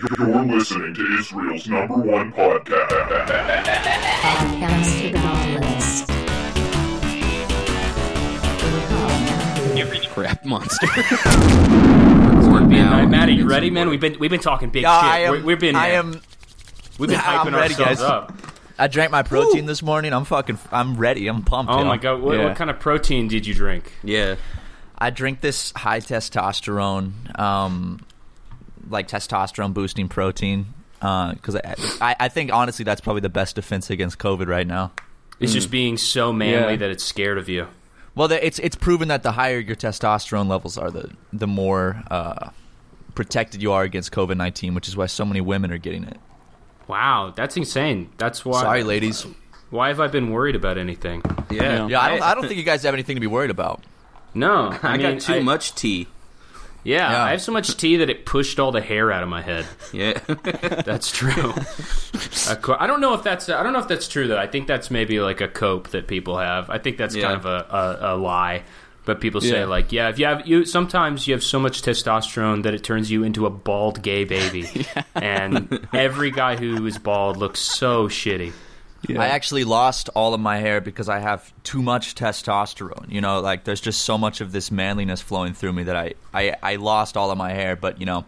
You're listening to Israel's number one podcast. Podcast to the Nautilus. every crap monster. All right, Maddie, you ready, man? We've been we've been talking big Yeah, shit. I am- we, we've been I am. we've been I'm hyping ready, ourselves guys. up. I drank my protein this morning. I'm fucking. I'm ready. I'm pumped. Oh yo. my god, what, Yeah. what kind of protein did you drink? yeah. I drink this high testosterone, um, like testosterone boosting protein. Because I, I, I think honestly that's probably the best defense against COVID right now. It's just being so manly Mm. Yeah. that it's scared of you. Well, the, it's it's proven that the higher your testosterone levels are, the the more uh, protected you are against COVID nineteen, which is why so many women are getting it. Wow, that's insane. That's why. Sorry, ladies. Why have I been worried about anything? Yeah. Yeah, I don't, I don't think you guys have anything to be worried about. No, I, I mean, got too I- much tea. Yeah, Yeah. I have so much tea that it pushed all the hair out of my head. Yeah. That's true. A co- I don't know if that's I don't know if that's true though. I think that's maybe like a cope that people have. I think that's Yeah. kind of a, a, a lie. But people say Yeah. like, yeah, if you have you sometimes you have so much testosterone that it turns you into a bald gay baby, and every guy who is bald looks so shitty. I actually lost all of my hair because I have too much testosterone. You know, like there's just so much of this manliness flowing through me that I, I, I lost all of my hair. But you know,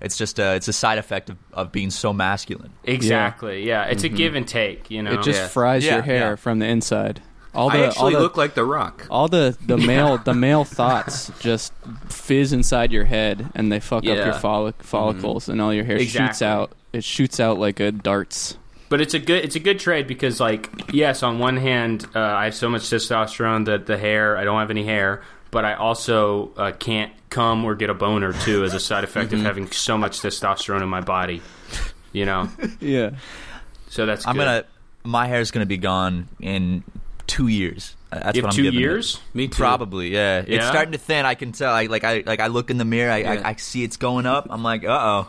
it's just a it's a side effect of, of being so masculine. Exactly. Yeah, it's a give and take. You know. It just Yeah. fries Yeah, your hair yeah. from the inside. All the I actually all the, look like The Rock. all the the male the male thoughts just fizz inside your head and they fuck up your Yeah. follic- follicles and all your hair shoots Mm-hmm. Exactly. out. It shoots out like a darts. But it's a good it's a good trade because like yes, on one hand, uh, I have so much testosterone that the hair I don't have any hair, but I also uh, can't come or get a boner too as a side effect Mm-hmm. of having so much testosterone in my body. You know, Yeah. so that's I'm good. gonna my hair's gonna be gone in two years. Uh, That's you what have I'm two giving it. years. Me too. Probably, yeah. It's Yeah? starting to thin. I can tell. I like I like I look in the mirror. I Yeah. I, I see it's going up. I'm like, uh oh.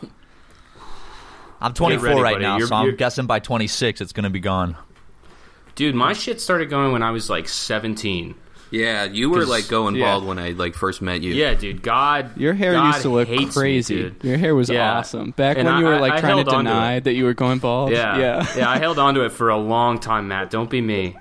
I'm 24 ready, right buddy. now, You're- so I'm you're- guessing by 26 it's gonna be gone. Dude, my shit started going when I was like 17. Yeah, you were 'Cause- like going yeah. bald when I like first met you. Yeah, dude. God, Your hair God used to look hates me, crazy. dude. your hair was Yeah. awesome. Back And when you I- were like I- I trying held to onto deny it. that you were going bald. Yeah, Yeah. yeah. I held on to it for a long time, Matt. Don't be me.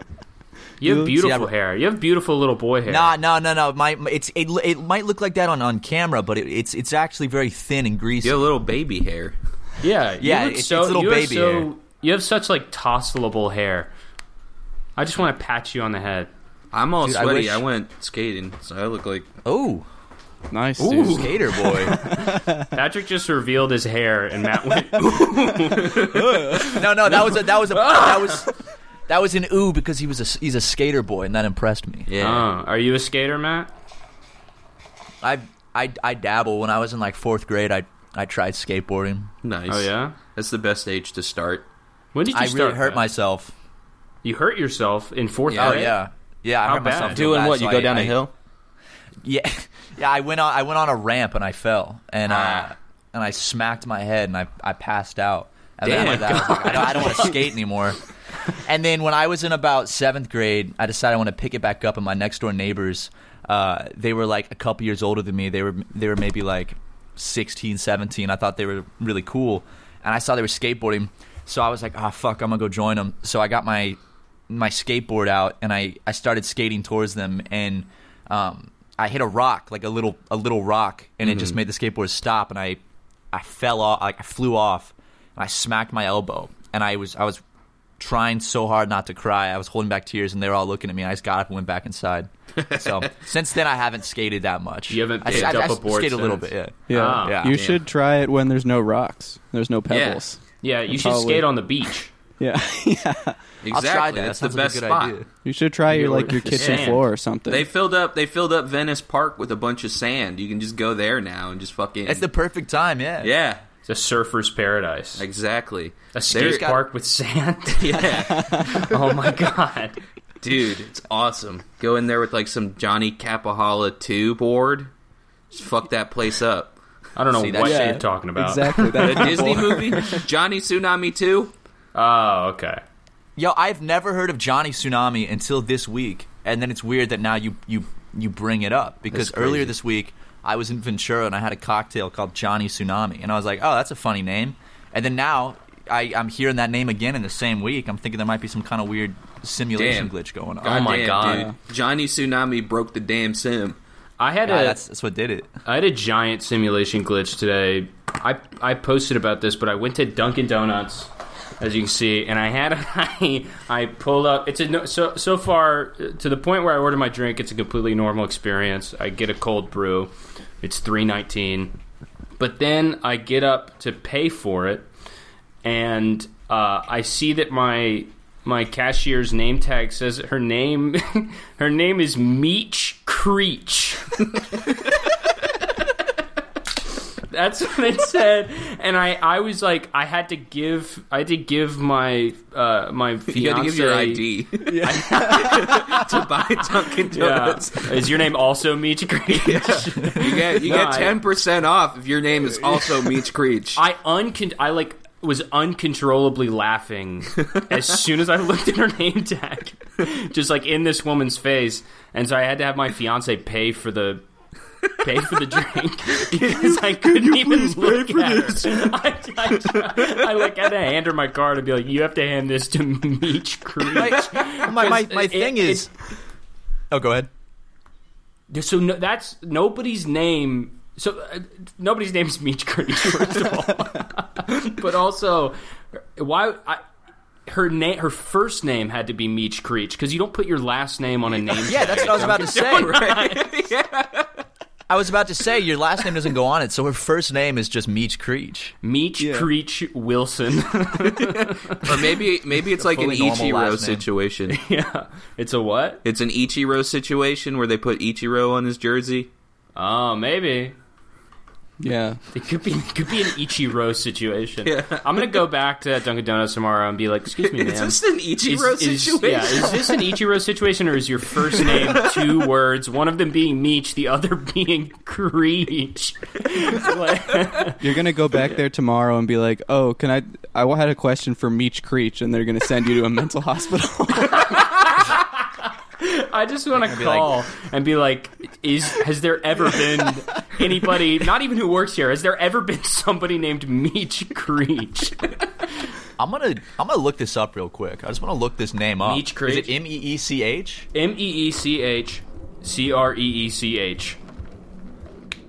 You have See, beautiful I- hair. You have beautiful little boy hair. Nah, no, no, no. My, my- it's it, it might look like that on, on camera, but it, it's it's actually very thin and greasy. You have little baby hair. Yeah, you Yeah, look it's- so, it's little you are baby so- hair. You have such like tosselable hair. I just want to pat you on the head. I'm all Dude, I wish- sweaty. I, went skating, so I look like Oh, Nice. ooh, Dude. skater boy. Patrick just revealed his hair, and Matt went. no, no, that was a that was a that was that was an ooh because he was a s- he's a skater boy, and that impressed me. oh, yeah. are you a skater, Matt? I I I dabble. When I was in like fourth grade, I I tried skateboarding. nice. Oh yeah. That's the best age to start. When did you I start? really hurt that? myself. You hurt yourself in fourth Yeah. Oh grade. yeah, yeah. I How hurt bad? myself. real Doing bad, what? so You go I- down a I- hill? Yeah, yeah. I went on I went on a ramp and I fell and uh, and I smacked my head and I I passed out. And Damn. then after that, I, was like, I don't, I don't want to skate anymore. And then when I was in about seventh grade, I decided I want to pick it back up. And my next door neighbors, uh, they were like a couple years older than me. They were they were maybe like 16, 17. I thought they were really cool, and I saw they were skateboarding. So I was like, ah, fuck, I'm gonna go join them. So I got my my skateboard out and I, I started skating towards them and um, I hit a rock like a little a little rock and it just made the skateboard stop and I I fell off like I flew off and I smacked my elbow and I was I was trying so hard not to cry I was holding back tears and they were all looking at me and I just got up and went back inside so since then I haven't skated that much You haven't I, picked I, I up a board skated a little since. bit yeah Yeah. Ah, yeah. You Damn. should try it when there's no rocks. There's no pebbles. Yeah, you That's should probably- skate on the beach. Yeah. Exactly. I'll try that. That's that the sounds best like a good spot. idea. You should try your like your kitchen sand. floor or something. They filled up. They filled up Venice Park with a bunch of sand. You can just go there now and just fucking. It's the perfect time yeah yeah. It's a surfer's paradise. Exactly. a There's- skate park with sand. Yeah, oh my god. dude, it's awesome. Go in there with like some Johnny Capahala two board. Just fuck that place up. I don't know See, what that's- you're talking about. Exactly. The That Disney movie, Johnny Tsunami two. Oh, okay. Yo, I've never heard of Johnny Tsunami until this week, and then it's weird that now you you you bring it up because That's crazy. earlier this week I was in Ventura and I had a cocktail called Johnny Tsunami, and I was like, oh, that's a funny name. And then now I, I'm hearing that name again in the same week. I'm thinking there might be some kind of weird simulation Damn. glitch going on. Ah, God Oh my damn, God. dude. Johnny Tsunami broke the damn sim. I had God, a that's, that's what did it. I had a giant simulation glitch today. I I posted about this, but I went to Dunkin' Donuts, as you can see, and I had I I pulled up. It's a no- so so far uh, to the point where I order my drink. It's a completely normal experience. I get a cold brew. It's three nineteen, but then I get up to pay for it, and uh, I see that my my cashier's name tag says her name her name is Meech Creech. That's what it said, and I, I was like, I had to give, I had to give my, uh, my fiance. You had to give your ID to buy Dunkin' Yeah. Donuts. Is your name also Meech Creech? You get you No, get I- ten percent off if your name is also Meech Creech. I uncon I like was uncontrollably laughing as soon as I looked at her name tag, just like in this woman's face, and so I had to have my fiance pay for the pay for the drink because I couldn't even look at her. I, I, I like had to hand her my card and be like, "You have to hand this to Meech Creech." My, my, my, my it- thing it- is. oh, go ahead. So no, that's nobody's name. So uh, nobody's name is Meech Creech, first of all. but also, why I, her name? Her first name had to be Meech Creech because you don't put your last name on a name. Yeah, that's what I was about to say. I was about to say your last name doesn't go on it, so her first name is just Meech Creech. Meech Creech Wilson. or maybe maybe it's like an fully normal Ichiro last name. situation. yeah, it's a what? It's an Ichiro situation where they put Ichiro on his jersey. Oh, maybe. Yeah. It could be it could be an Ichiro situation. I'm gonna go back to Dunkin' Donuts tomorrow and be like, "Excuse me, Is ma'am." this an Ichiro situation? yeah, is this an Ichiro situation or is your first name two words, one of them being Meech, the other being Creech? Like- You're gonna go back there tomorrow and be like, "Oh, can I? I had a question for Meech Creech," and they're gonna send you to a mental hospital. I just want to be like- call and be like, is has there ever been anybody, not even who works here, has there ever been somebody named Meech Creech? I'm gonna I'm gonna look this up real quick. I just want to look this name up. Meech Creech? Is it M E E C H? M E E C H C R E E C H.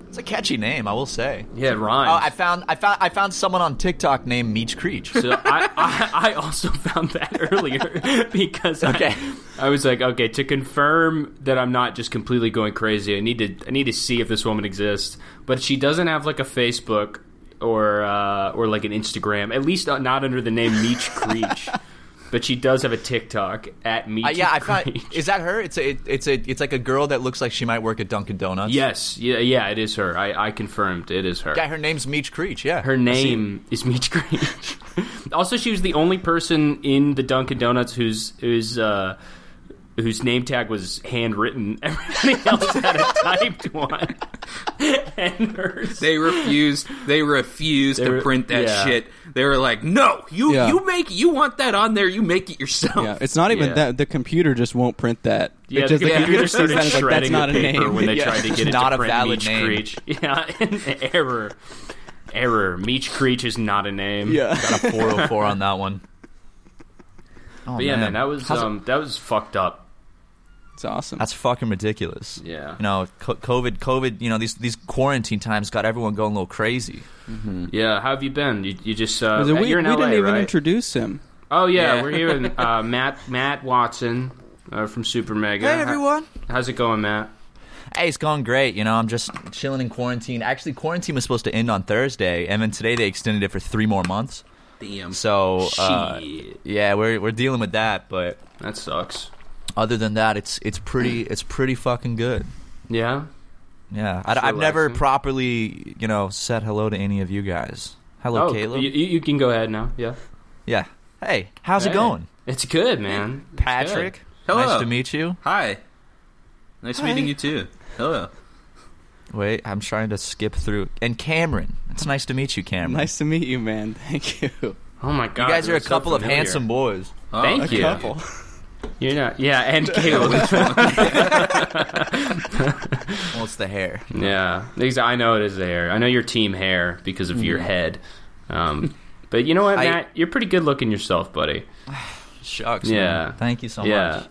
It's a catchy name, I will say. Yeah, it Oh, I rhymes. found I found I found someone on TikTok named Meech Creech. uh, So I, I, I also found that earlier because Okay. I, I was like, okay, to confirm that I'm not just completely going crazy, I need to I need to see if this woman exists. But she doesn't have like a Facebook or uh, or like an Instagram, at least not, not under the name Meech Creech. but she does have a TikTok at Meech Uh, yeah, I found. Creech. Is that her? It's a it, it's a it's like a girl that looks like she might work at Dunkin' Donuts. yes, yeah, yeah, it is her. I, I confirmed it is her. Yeah, her name's Meech Creech. Yeah, Her name is Meech Creech. also, she was the only person in the Dunkin' Donuts whose whose uh, whose name tag was handwritten. Everything else had a typed one, and hers. They refused. They refused to re- print that yeah. shit. They were like, "No, you Yeah. you make you want that on there. You make it yourself." yeah, it's not even Yeah. that. The computer just won't print that. yeah, it just, the computer sees started that as, like, shredding that's not the a paper name. when they Yeah. tried to It's get it not to a print valid Meech name. Creech. Yeah, error, error. Meech Creech is not a name. yeah, got a 404 on that one. Oh, but yeah, man, that was How's it- um, that was fucked up. it's awesome. That's fucking ridiculous. Yeah. You know, co- COVID, COVID. You know, these these quarantine times got everyone going a little crazy. Yeah, how have you been? You, you just uh, So we, you're in we LA, didn't even right? introduce him. Oh yeah, Yeah. we're here with uh, Matt Matt Watson uh, from Super Mega. How- how's it going, Matt? Hey, it's going great. You know, I'm just chilling in quarantine. Actually, quarantine was supposed to end on Thursday, and then today they extended it for three more months. Damn. So, uh, Shit. yeah, we're we're dealing with that. But That sucks. other than that, it's it's pretty it's pretty fucking good. Yeah, Yeah, I, It's have never relaxing. properly you know said hello to any of you guys. Hello, oh, Caleb. You, you you can go ahead now. Yeah, yeah. Hey, how's it Hey. going, It's good, man. It's Patrick? Hello. Nice to meet you. Hi. Nice meeting you too. Hello. Wait, I'm trying to skip through. And Cameron, it's nice to meet you, Cameron. Nice to meet you, man. Thank you. good. Oh my god, You guys are you're a so couple of familiar. handsome boys. Oh, Thank okay. you. Couple. You're not. Yeah, and Caleb. Well, it's the hair. yeah, Exa- I know it is the hair. I know your team hair because of your head. Um, But you know what, Mm. I- Matt? You're pretty good looking yourself, buddy. Shucks. Yeah. man. Thank you so Yeah. much.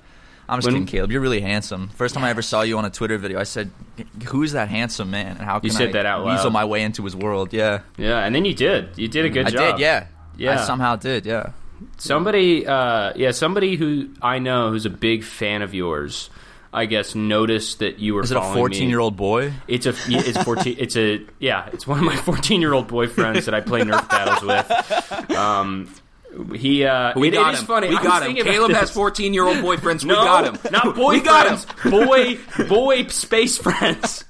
I'm just When- kidding, Caleb. You're really handsome. First time I ever saw you on a Twitter video, I said, "Who is that handsome man? And how can You said I that out loud. weasel my way into his world?" Yeah, Yeah, and then you did. You did a good I job. did. Yeah, Yeah. I somehow did. Yeah. Somebody, uh, yeah, somebody who I know who's a big fan of yours, I guess, noticed that you were. Is it a 14 year old boy? It's a. yeah, It's fourteen. It's a. Yeah, it's one of my fourteen-year-old boyfriends that I play Nerf battles with. Um, he. Uh, We it- got it is him. funny. We I was got him. thinking about Caleb this. has 14 year old boyfriends. No, we got him. Not boyfriends. We got him. Boy, boy, space friends.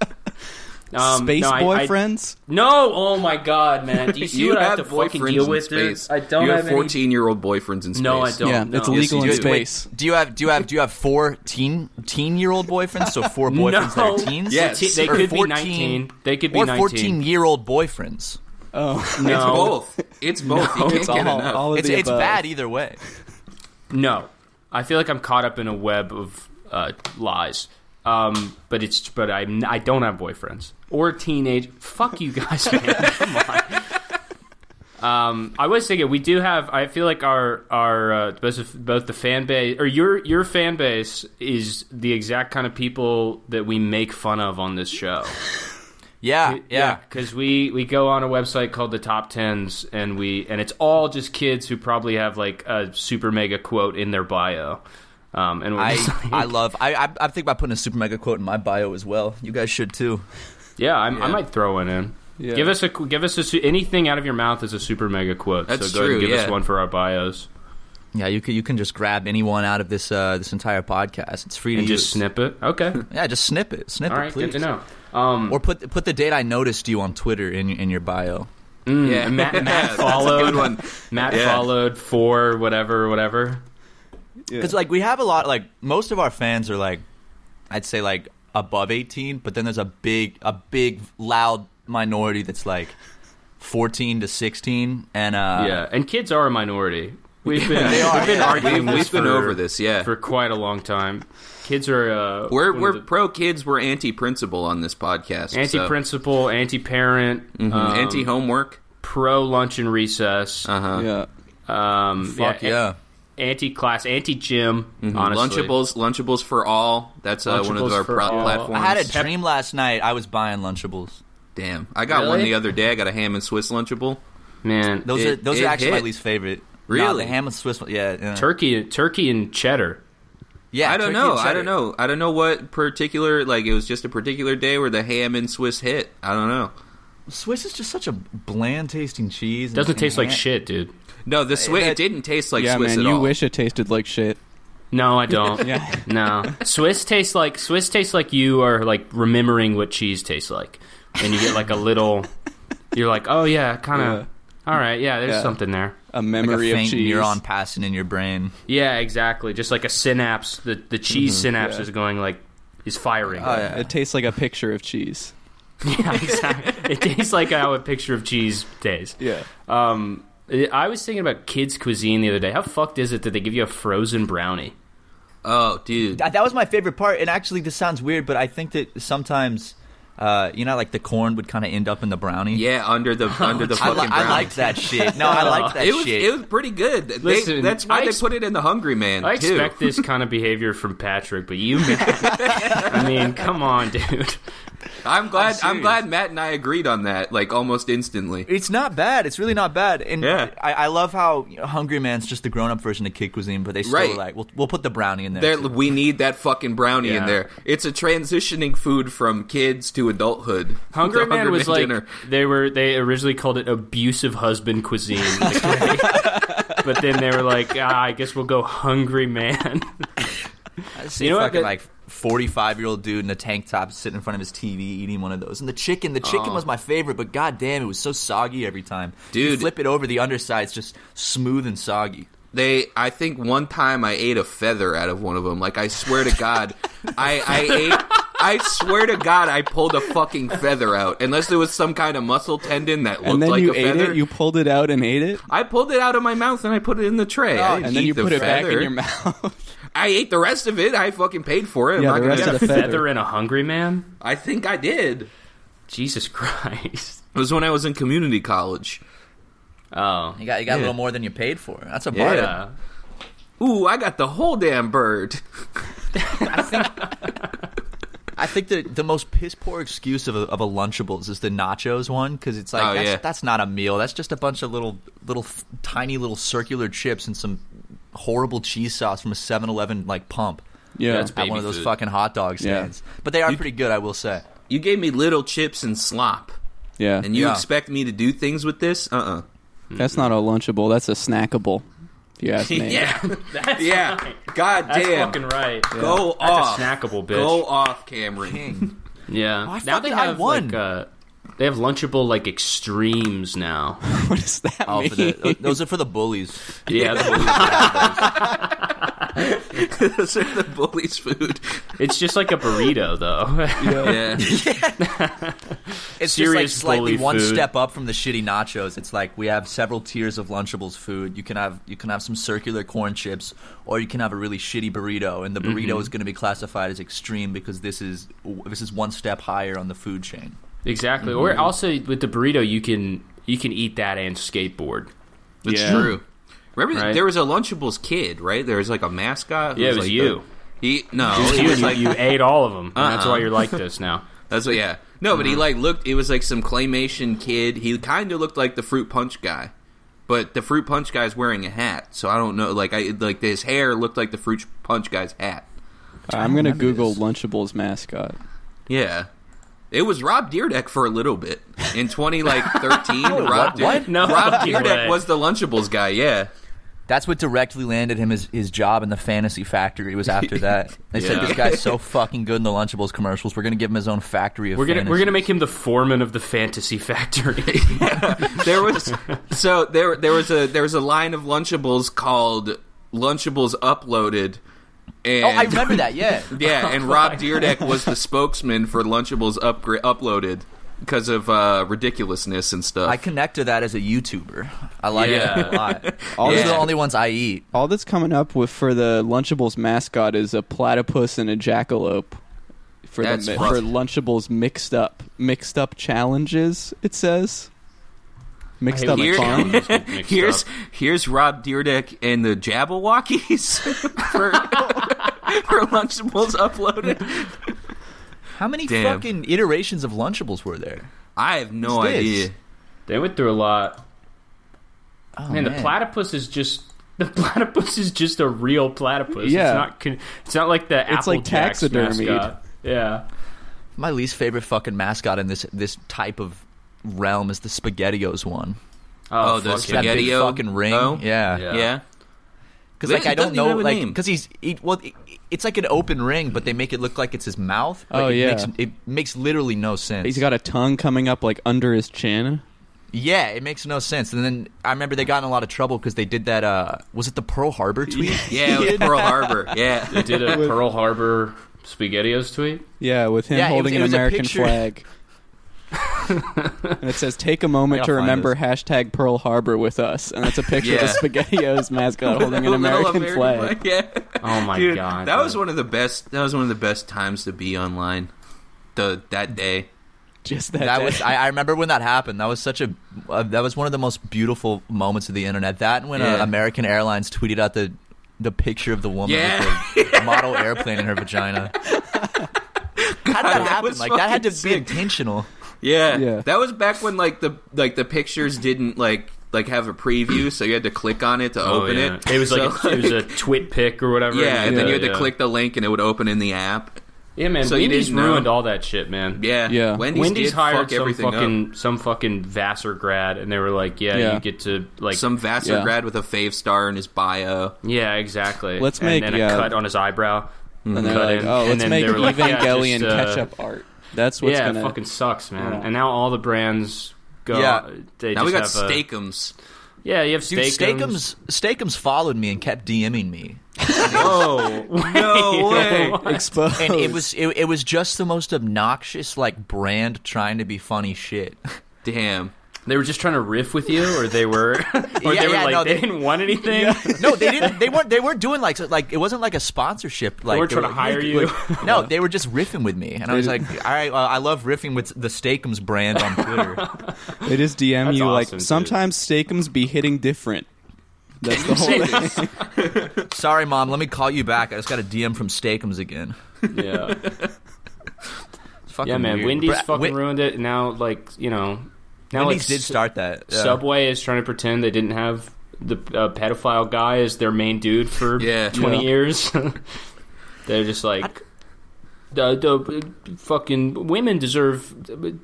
Um, Space no, I- I- boyfriends? no, oh my god, man! Do you see you what I have have to fucking boyfriends deal in with, dude? space. I don't You have have any- 14 year old boyfriends in space. No, I don't. yeah, no. it's Yes, illegal you in do. space. Do you have do you have do you have four teen teen year old boyfriends? So four boyfriends that No. are teens? Yes. Te- they Or could be 19. They could be or 19. fourteen year old boyfriends. Oh, No, It's both. It's both. you can't it's get all, enough. all of It's the it's above. bad either way. no. I feel like I'm caught up in a web of uh, lies. Um, but it's but I I don't have boyfriends or teenage. Fuck you guys, man. Come on. Um, I was thinking we do have. I feel like our our uh, both, both the fan base or your your fan base is the exact kind of people that we make fun of on this show. Yeah, yeah. because we we go on a website called the Top Tens, and we and it's all just kids who probably have like a super mega quote in their bio. Um, and we're just I like- I love I I, I think about putting a super mega quote in my bio as well. You guys should too. yeah, I'm, I might throw one in. Yeah. Give us a qu- give us a su- anything out of your mouth is a super mega quote. That's so go ahead and true, give us yeah. one for our bios Yeah, you can you can just grab anyone out of this uh this entire podcast. It's free to and just use. snip it. Okay, Yeah, just snip it. Snip all it, right, please. good to know. Um, Or put put the date I noticed you on Twitter in in your bio. mm, Yeah. Matt, Matt That's a followed good one. Matt Yeah. followed for whatever whatever. Because like we have a lot, like most of our fans are like, I'd say like above eighteen, but then there's a big, a big, loud minority that's like fourteen to sixteen, and uh, yeah, and kids are a minority. We've been They are, we've been yeah. arguing We've- this we've been for- over this, yeah. for quite a long time. Kids are uh, We're one of we're the- pro kids. We're anti principle on this podcast. so- Mm-hmm. anti-principal, anti-parent, um, anti homework. pro lunch and recess, Uh-huh. Uh huh. Yeah. um, fuck yeah. anti-class, anti-gym. Mm-hmm. Honestly, Lunchables, Lunchables for all. That's uh, one of Lunchables our for pro- all. platforms. I had a Pep- dream last night. I was buying Lunchables. Damn, I got one Really? the other day. I got a ham and Swiss Lunchable. man. Those It- are those it are actually my hit. least favorite. Nah, Really? the ham and Swiss. Yeah, yeah. turkey, turkey and cheddar. yeah. I don't turkey and know. I cheddar. don't know. I don't know what particular like it was just a particular day where the ham and Swiss hit. I don't know. Swiss is just such a bland tasting cheese. and- Doesn't and taste like ham- shit, dude. No, the Swiss that- it didn't taste like yeah, Swiss man, at you all. wish it tasted like shit. No, I don't. Yeah. No, Swiss tastes like Swiss tastes like you are like remembering what cheese tastes like, and you get like a little. You're like, oh yeah, kind of. All right, yeah, there's Yeah. something there. Like A a memory faint of cheese. neuron passing in your brain. Yeah, exactly. Just like a synapse, the the cheese synapse is going like is firing. Oh, yeah. It tastes like a picture of cheese. Yeah, exactly. it tastes like how a picture of cheese tastes. Yeah. Um, I was thinking about kids' cuisine the other day. How fucked is it that they give you a frozen brownie? Oh, dude. Th- that was my favorite part. And actually, this sounds weird, but I think that sometimes, uh, you know, like the corn would kind of end up in the brownie. Yeah, under the under the I, fucking li- brown. I liked that shit. No, I liked that it was shit. it was pretty good. They- Listen, that's why I they ex- put it in the Hungry Man I too. expect this kind of behavior from Patrick, but you, man, I mean, come on, dude. I'm glad. I'm I'm, glad Matt and I agreed on that, like almost instantly. it's not bad. It's really not bad. And Yeah. I, I love how you know, Hungry Man's just the grown up version of kid cuisine, but they still Right. were like, we'll, we'll put the brownie in there. There, too. we need that fucking brownie Yeah. in there. It's a transitioning food from kids to adulthood. Hungry The Man was like dinner. they were. They originally called it abusive husband cuisine, like, but then they were like, ah, I guess we'll go Hungry Man. I see you you know know what, fucking that- like. 45 year old dude in a tank top sitting in front of his TV eating one of those. And the chicken, the chicken was my favorite, but goddamn, it was so soggy every time. You Dude. flip it over, the underside's just smooth and soggy. They, I think one time I ate a feather out of one of them. Like I swear to God, I, I ate. I swear to God, I pulled a fucking feather out. Unless there was some kind of muscle tendon that looked And then like you a ate feather. it, you pulled it out and ate it, I pulled it out of my mouth and I put it in the tray. I didn't Oh, and then eat you the put it back in feather. your mouth. I ate the rest of it. I fucking paid for it. I'm Yeah, not the gonna rest get of a- the Feather. feather. and a Hungry Man. I think I did. Jesus Christ. It was when I was in community college. Oh. You got you got a Yeah. little more than you paid for. That's a bargain. Yeah. Ooh, I got the whole damn bird. I think the the most piss poor excuse of a, of a Lunchables is the nachos one because it's like Oh, that's, yeah. that's not a meal. That's just a bunch of little little f- tiny little circular chips and some horrible cheese sauce from a 7-Eleven like pump Yeah. That's at Baby one of those food. fucking hot dog Yeah. stands. But they are pretty good, I will say. You gave me little chips and slop, yeah. and you Yeah. expect me to do things with this? Uh That's not a lunchable. That's a snackable. If you ask uh me. Yeah. That's Yeah. right. God That's damn. fucking right. Go That's off. a snackable bitch. Go off, Cameron. King. Yeah. Oh, I now they fucking- I have won. like uh, they have lunchable like extremes now. What does that Oh, mean? for uh, the, those are for the bullies. Yeah. Those are the bully's food. It's just like a burrito, though. Yeah. It's Serious just like slightly bully one food. step up from the shitty nachos. It's like we have several tiers of Lunchables food. You can have you can have some circular corn chips, or you can have a really shitty burrito, and the burrito is going to be classified as extreme because this is this is one step higher on the food chain. exactly. Or also with the burrito, you can you can eat that and skateboard. That's Yeah. true. Remember, Right. there was a Lunchables kid, right? There was like a mascot. who Yeah, it was like you. the- he no, It was he you, was you, like you ate all of them. And that's Uh-uh. why you're like this now. that's what. Yeah, no, but he Mm-hmm. like looked. It was like some claymation kid. He kind of looked like the fruit punch guy, but the fruit punch guy's wearing a hat. So I don't know. Like I like his hair looked like the fruit punch guy's hat. I'm gonna remember Google this. Lunchables mascot. Yeah, it was Rob Deerdeck for a little bit in twenty like thirteen. Rob Oh, what? Deer- What? No Rob fucking Deerdeck way. was the Lunchables guy. Yeah, That's what directly landed him his, his job in the fantasy factory. Was after that they said Yeah. this guy's so fucking good in the Lunchables commercials. We're going to give him his own factory of We're gonna we're fantasies. gonna make him the foreman of the fantasy factory. there was so there there was a there was a line of Lunchables called Lunchables Uploaded. And, Oh, I remember that. Yeah. Yeah, and Rob Deerdeck was the spokesman for Lunchables upgra- Uploaded because of uh, ridiculousness and stuff. I connect to that as a YouTuber. I like it a Yeah. lot. Those are the Yeah. only ones I eat. All that's coming up with for the Lunchables mascot is a platypus and a jackalope. For That's the mi- rough. for Lunchables mixed up mixed up challenges, it says. Mixed I up hate fun. Just get mixed here's up. here's Rob Deerdeck and the Jabberwockies for for Lunchables Uploaded. How many Damn. fucking iterations of Lunchables were there? I have no What's this? idea. They went through a lot. Oh, Man, the platypus is just the platypus is just a real platypus. Yeah. It's not con- it's not like the It's Apple like Jacks taxidermied. mascot. Yeah. My least favorite fucking mascot in this this type of realm is the SpaghettiOs one. Oh, the fuck That yeah. big SpaghettiO? fucking ring. Oh. Yeah. Yeah. Yeah. Cuz It like I doesn't don't even know have a like name. cuz he's he, well it- it's like an open ring but they make it look like it's his mouth. Like, Oh, it yeah. makes, it makes literally no sense. He's got a tongue coming up like under his chin. yeah, it makes no sense. And then I remember they got in a lot of trouble cuz they did that uh was it the Pearl Harbor tweet? Yeah, it was Pearl Harbor. Yeah. Did a Pearl Harbor SpaghettiOs tweet? Yeah, with him Yeah, it was- holding it an was a American picture. flag. and it says, "Take a moment Gotta to find remember hashtag Pearl Harbor with us," and that's a picture of Yeah. a SpaghettiOs mascot holding an Little American, flag. Yeah. Oh my Dude, god. that was dude. one of the best. That was one of the best times to be online. The that day. Just that. that day. was I, I remember when that happened that was such a uh, that was one of the most beautiful moments of the internet that and when uh, Yeah. american airlines tweeted out the the picture of the woman Yeah. with the model airplane in her vagina how did that, that happen was like that had to fucking be sick. intentional Yeah. Yeah. That was back when like the like the pictures didn't like like have a preview, so you had to click on it to Oh, open yeah. it. It was like, So, a, it was a twit pick or whatever. yeah, and then you had to yeah. click the link and it would open in the app. Yeah, man. so you Wendy's didn't know. ruined all that shit, man. Yeah. Yeah. Wendy's, Wendy's did hired fuck some everything up. fucking some fucking Vassar grad, and they were like, "Yeah, Yeah. you get to like Some Vassar Yeah. grad with a fave star in his bio. yeah, exactly." Let's and make- then yeah. a cut on his eyebrow. and they're cut like, in. "Oh, And let's then make they were like, yeah, Evangelion just, uh, ketchup art." That's what's yeah, gonna. it fucking sucks, man. Yeah. And now all the brands go. Yeah. they Now just we got have a- Steakums. yeah, you have dude Steakums. steakums steakums followed me and kept dming me Oh no way! exposed. and it was it, it was just the most obnoxious like brand trying to be funny shit Damn. They were just trying to riff with you, or they were, or Yeah, they were yeah, like no, they, they- didn't want anything. No, they didn't. They weren't. They weren't doing like so- like it wasn't like a sponsorship. Like weren't trying to like, hire "Hey, you." like- no, they were just riffing with me, and I was like, "All right, well, I love riffing with the Steakums brand on Twitter." They just DM That's you like awesome, dude. sometimes Steakums be hitting different. That's the whole thing. Sorry, mom. Let me call you back. I just got a DM from Steakums again. Yeah, It's fucking yeah, man. weird. Wendy's But- fucking Wen- ruined it. and Now, like you know, now Wendy's like, did S- start that. uh, yeah. Subway is trying to pretend they didn't have the uh, pedophile guy as their main dude for Yeah. twenty Yeah. years. They're just like. The, the uh, fucking women deserve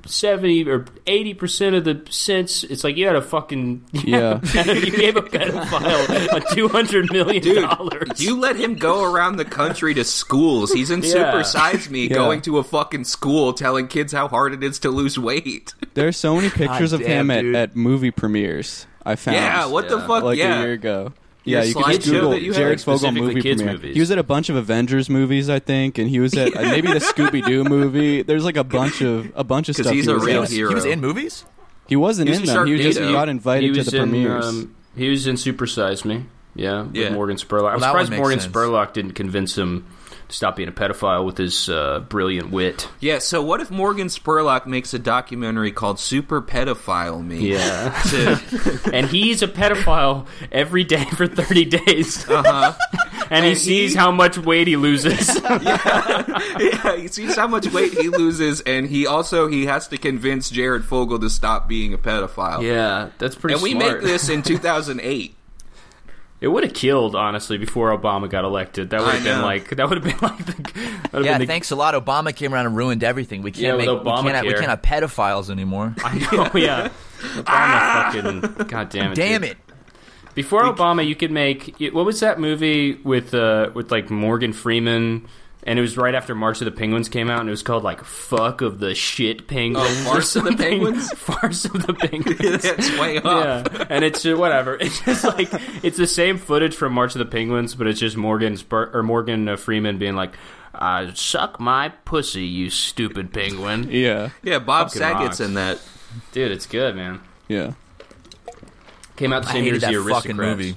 seventy or eighty percent of the cents. It's like you had a fucking Yeah. you gave a pedophile a two hundred million dollars. You let him go around the country to schools. He's in Yeah. Super Size Me Yeah. going to a fucking school telling kids how hard it is to lose weight. There are so many pictures of damn, him at, dude. at movie premieres. I found. Yeah, what the fuck? Like yeah. a year ago. Yeah, Your you can just slideshow Google that you had, Jared like, Fogle specifically movie kids' premiere. movies. He was at a bunch of Avengers movies, I think, and he was at uh, maybe the Scooby Doo movie. There's like a bunch of a bunch of 'Cause stuff. he's he a was real at. hero. He was in movies. He wasn't He was in in them. He was just Sharknado. got invited to the premieres. um, he was in Super Size Me. Yeah, with Yeah. Morgan Spurlock. I'm Well, that one surprised makes Morgan sense. Spurlock didn't convince him to stop being a pedophile with his uh, brilliant wit. Yeah, so what if Morgan Spurlock makes a documentary called Super Pedophile Me? Yeah, To, and he's a pedophile every day for 30 days. and, he And sees he- how much weight he loses. yeah, he sees how much weight he loses, and he also he has to convince Jared Fogle to stop being a pedophile. yeah, that's pretty. and we smart. make this in 2008. It would have killed, honestly, before Obama got elected. That would have I been know. like that would have been like the, that would have Yeah, been the thanks a lot. Obama came around and ruined everything. We Yeah, can't with make we can't, we Obamacare. can't have pedophiles anymore. I know, oh, yeah. Obama fucking god damn it. Damn dude. it! Before Obama, you could make what was that movie with uh with like Morgan Freeman and it was right after March of the Penguins came out and it was called like Fuck of the Shit Penguins. Oh, or Farce of the something. Penguins? Farce of the Penguins. That's way Yeah, off. and it's uh, whatever. It's just like it's the same footage from March of the Penguins, but it's just Morgan Spur- or Morgan uh, Freeman being like, uh, "Suck my pussy, you stupid penguin." Yeah, Yeah, Bob Fucking Saget's rocks. in that. Dude, it's good, man. yeah. Came out the I same year hated as that the fucking Aristocrats. movie.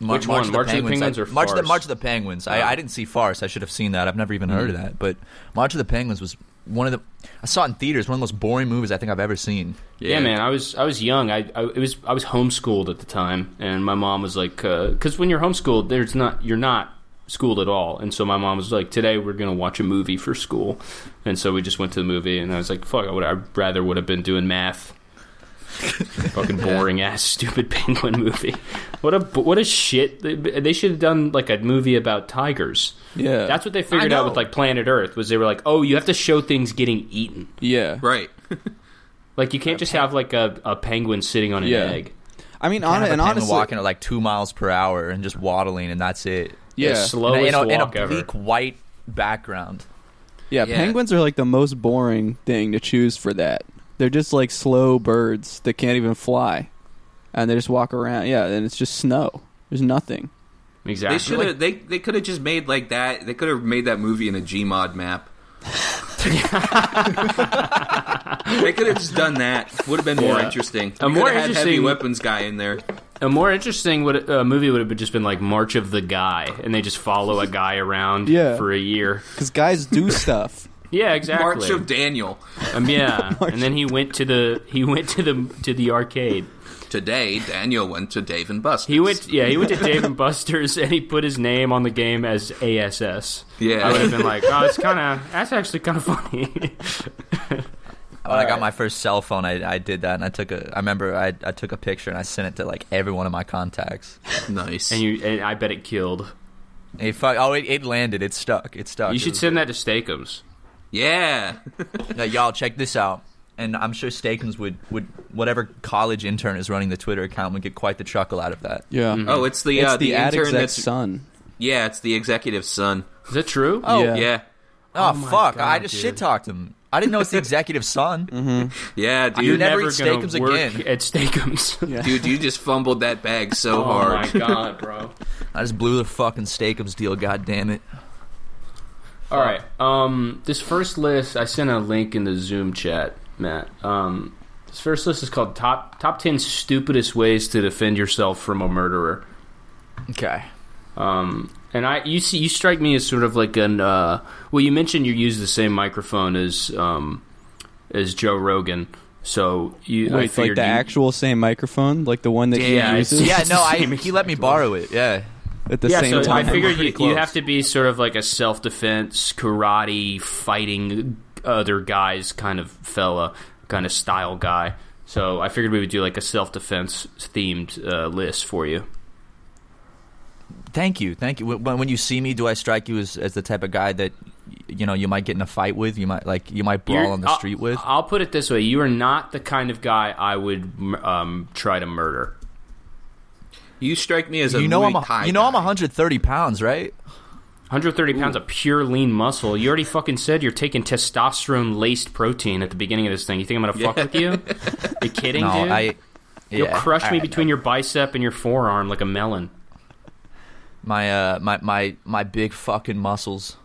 Mar- Which one? March of the Penguins I- or March of the Farce? March of the Penguins? I, I didn't see Farce. I should have seen that. I've never even heard of that. But March of the Penguins was one of the I saw it in theaters. One of the most boring movies I think I've ever seen. Yeah, man. I was I was young. I, I it was I was homeschooled at the time, and my mom was like, because when you're homeschooled, there's not you're not schooled at all, and so my mom was like, today we're gonna watch a movie for school, and so we just went to the movie, and I was like, fuck, I would I rather would have been doing math. Fucking boring ass stupid penguin movie. What a what a shit. They, they should have done like a movie about tigers. Yeah. That's what they figured out know. with like Planet Earth was they were like, oh, you have to show things getting eaten. Yeah, Right. Like you can't just have like a, a penguin sitting on an Yeah. egg. I mean, Kind on, of a and penguin honestly, walking at like two miles per hour and just waddling, and that's it. yeah, The In a- slowest in a, in a walk ever. bleak white background. yeah, Yeah. Penguins are like the most boring thing to choose for that. They're just like slow birds that can't even fly, and they just walk around. Yeah, and it's just snow. There's nothing. Exactly. They should have. They they could have just made like that. They could have made that movie in a Gmod map. they could have just done that. Would have been more Yeah. interesting. A We more could have had heavy interesting- weapons guy in there. a more interesting would, uh, movie would have just been like March of the Guy, and they just follow a guy around Yeah. for a year. Because guys do stuff. Yeah, exactly. March of Daniel um, yeah, and then he went to the he went to the to the arcade. today. Daniel went to Dave and Buster's. He went yeah he went to Dave and Buster's and he put his name on the game as ASS. Yeah. I would have been like, oh, it's kind of that's actually kind of funny. When I got my first cell phone, I, I did that, and I took a. I remember I, I took a picture and I sent it to like every one of my contacts. nice. and you and I bet it killed. It fuck, oh, it, it landed. It stuck. It stuck. You It should was- send that to Steakums. yeah. Now, y'all check this out. And I'm sure Stakens would, would whatever college intern is running the Twitter account would get quite the chuckle out of that. Yeah. Mm-hmm. Oh, it's the It's uh, the, the ad intern exec's that's son. yeah. It's the executive's son. Is that true? Oh, yeah. Yeah. Oh, my fuck! I God, just dude. Mm-hmm. shit talked him. I didn't know it's the executive son. Yeah, dude. You never gonna eat Steakums work again. At Steakums. Dude, you just fumbled that bag so Oh hard. my god, bro. I just blew the fucking Stakums deal. God damn it! All right. Um, this first list, I sent a link in the Zoom chat, Matt. Um, This first list is called top top ten stupidest ways to defend yourself from a murderer. Okay. Um, and I, you see, you strike me as sort of like an. Uh, well, you mentioned you use the same microphone as um, as Joe Rogan, so you I Wait, like figured the you- actual same microphone, like the one that Yeah, he it's- uses Yeah, no, I, Same he let me borrow it. Yeah. at the yeah, same so time. I figured Pretty you, close. you have to be sort of like a self defense karate fighting other guys kind of fella, kind of style guy. So I figured we would do like a self defense themed uh, list for you. Thank you, thank you. When, when you see me, do I strike you as, as the type of guy that y- you know you might get in a fight with? You might like you might brawl You're- on the I'll- street with. I'll put it this way: you are not the kind of guy I would um, try to murder. You strike me as a You know Muay I'm a, Thai you know I'm guy. 130 pounds, right? 130 pounds of pure lean muscle. You already fucking said you're taking testosterone laced protein at the beginning of this thing. You think I'm gonna fuck with you? you kidding, No, dude? I. You'll yeah, crush me alright, between your bicep and your forearm like a melon. my uh my my my big fucking muscles.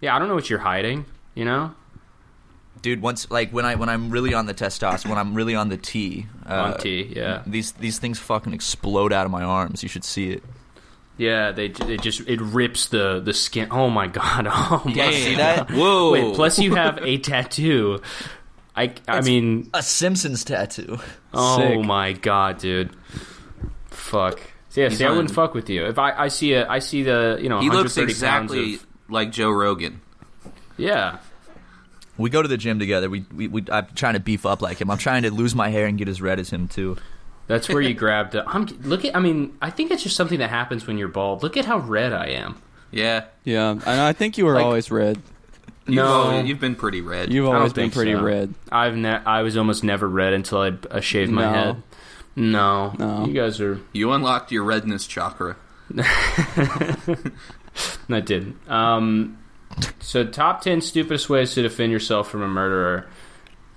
Yeah, I don't know what you're hiding. You know, dude once like when i when i'm really on the testosterone when i'm really on the t uh, on T. Yeah, these these things fucking explode out of my arms you should see it yeah. They j- it just it rips the the skin. Oh my god. Oh my. Yeah, see that Whoa! Wait. Plus you have a tattoo. I I mean. a simpsons tattoo Oh Sick. my god, dude. Fuck. So, yeah, see, I on- wouldn't fuck with you. If I, I see a, I see the, you know, he looks 130 exactly Pounds like Joe Rogan. of, yeah. we go to the gym together we, we, we i'm trying to beef up like him i'm trying to lose my hair and get as red as him too That's where you grabbed. The, I'm look at. I mean, I think it's just something that happens when you're bald. Look at how red I am. Yeah. yeah, I, know, I think you were always red. You've No. always- you've been pretty red. You've I don't always been think pretty so. red. I've ne- I was almost never red until I, I shaved my No. head. No, No. you guys are. You unlocked your redness chakra. No, I didn't. Um, so top ten stupidest ways to defend yourself from a murderer.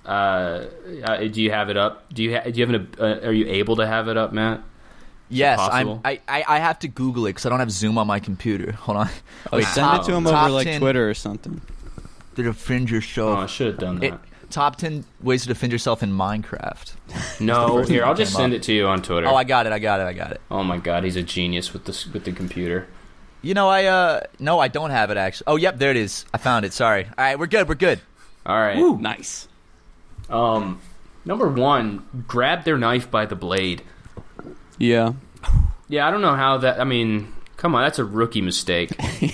Uh, uh, do you have it up? Do you ha- do you have an? Uh, are you able to have it up, Matt? yes possible? I'm, I, I i have to google it because i don't have zoom on my computer hold on Oh, Like, send it to him Top over like 10 Twitter or something. to defend Oh, I yourself should have done that. It- top 10 ways to defend yourself in minecraft no, first here thing I'll that just came send up. it to you on Twitter. oh i got it i got it i got it oh my god, he's a genius with this with the computer. You know, I uh no, I don't have it actually. Oh, yep, there it is. I found it. Sorry. All right, we're good. We're good. All right. nice. Um, number one, grab their knife by the blade. Yeah, Yeah, I don't know how that. I mean, come on, that's a rookie mistake.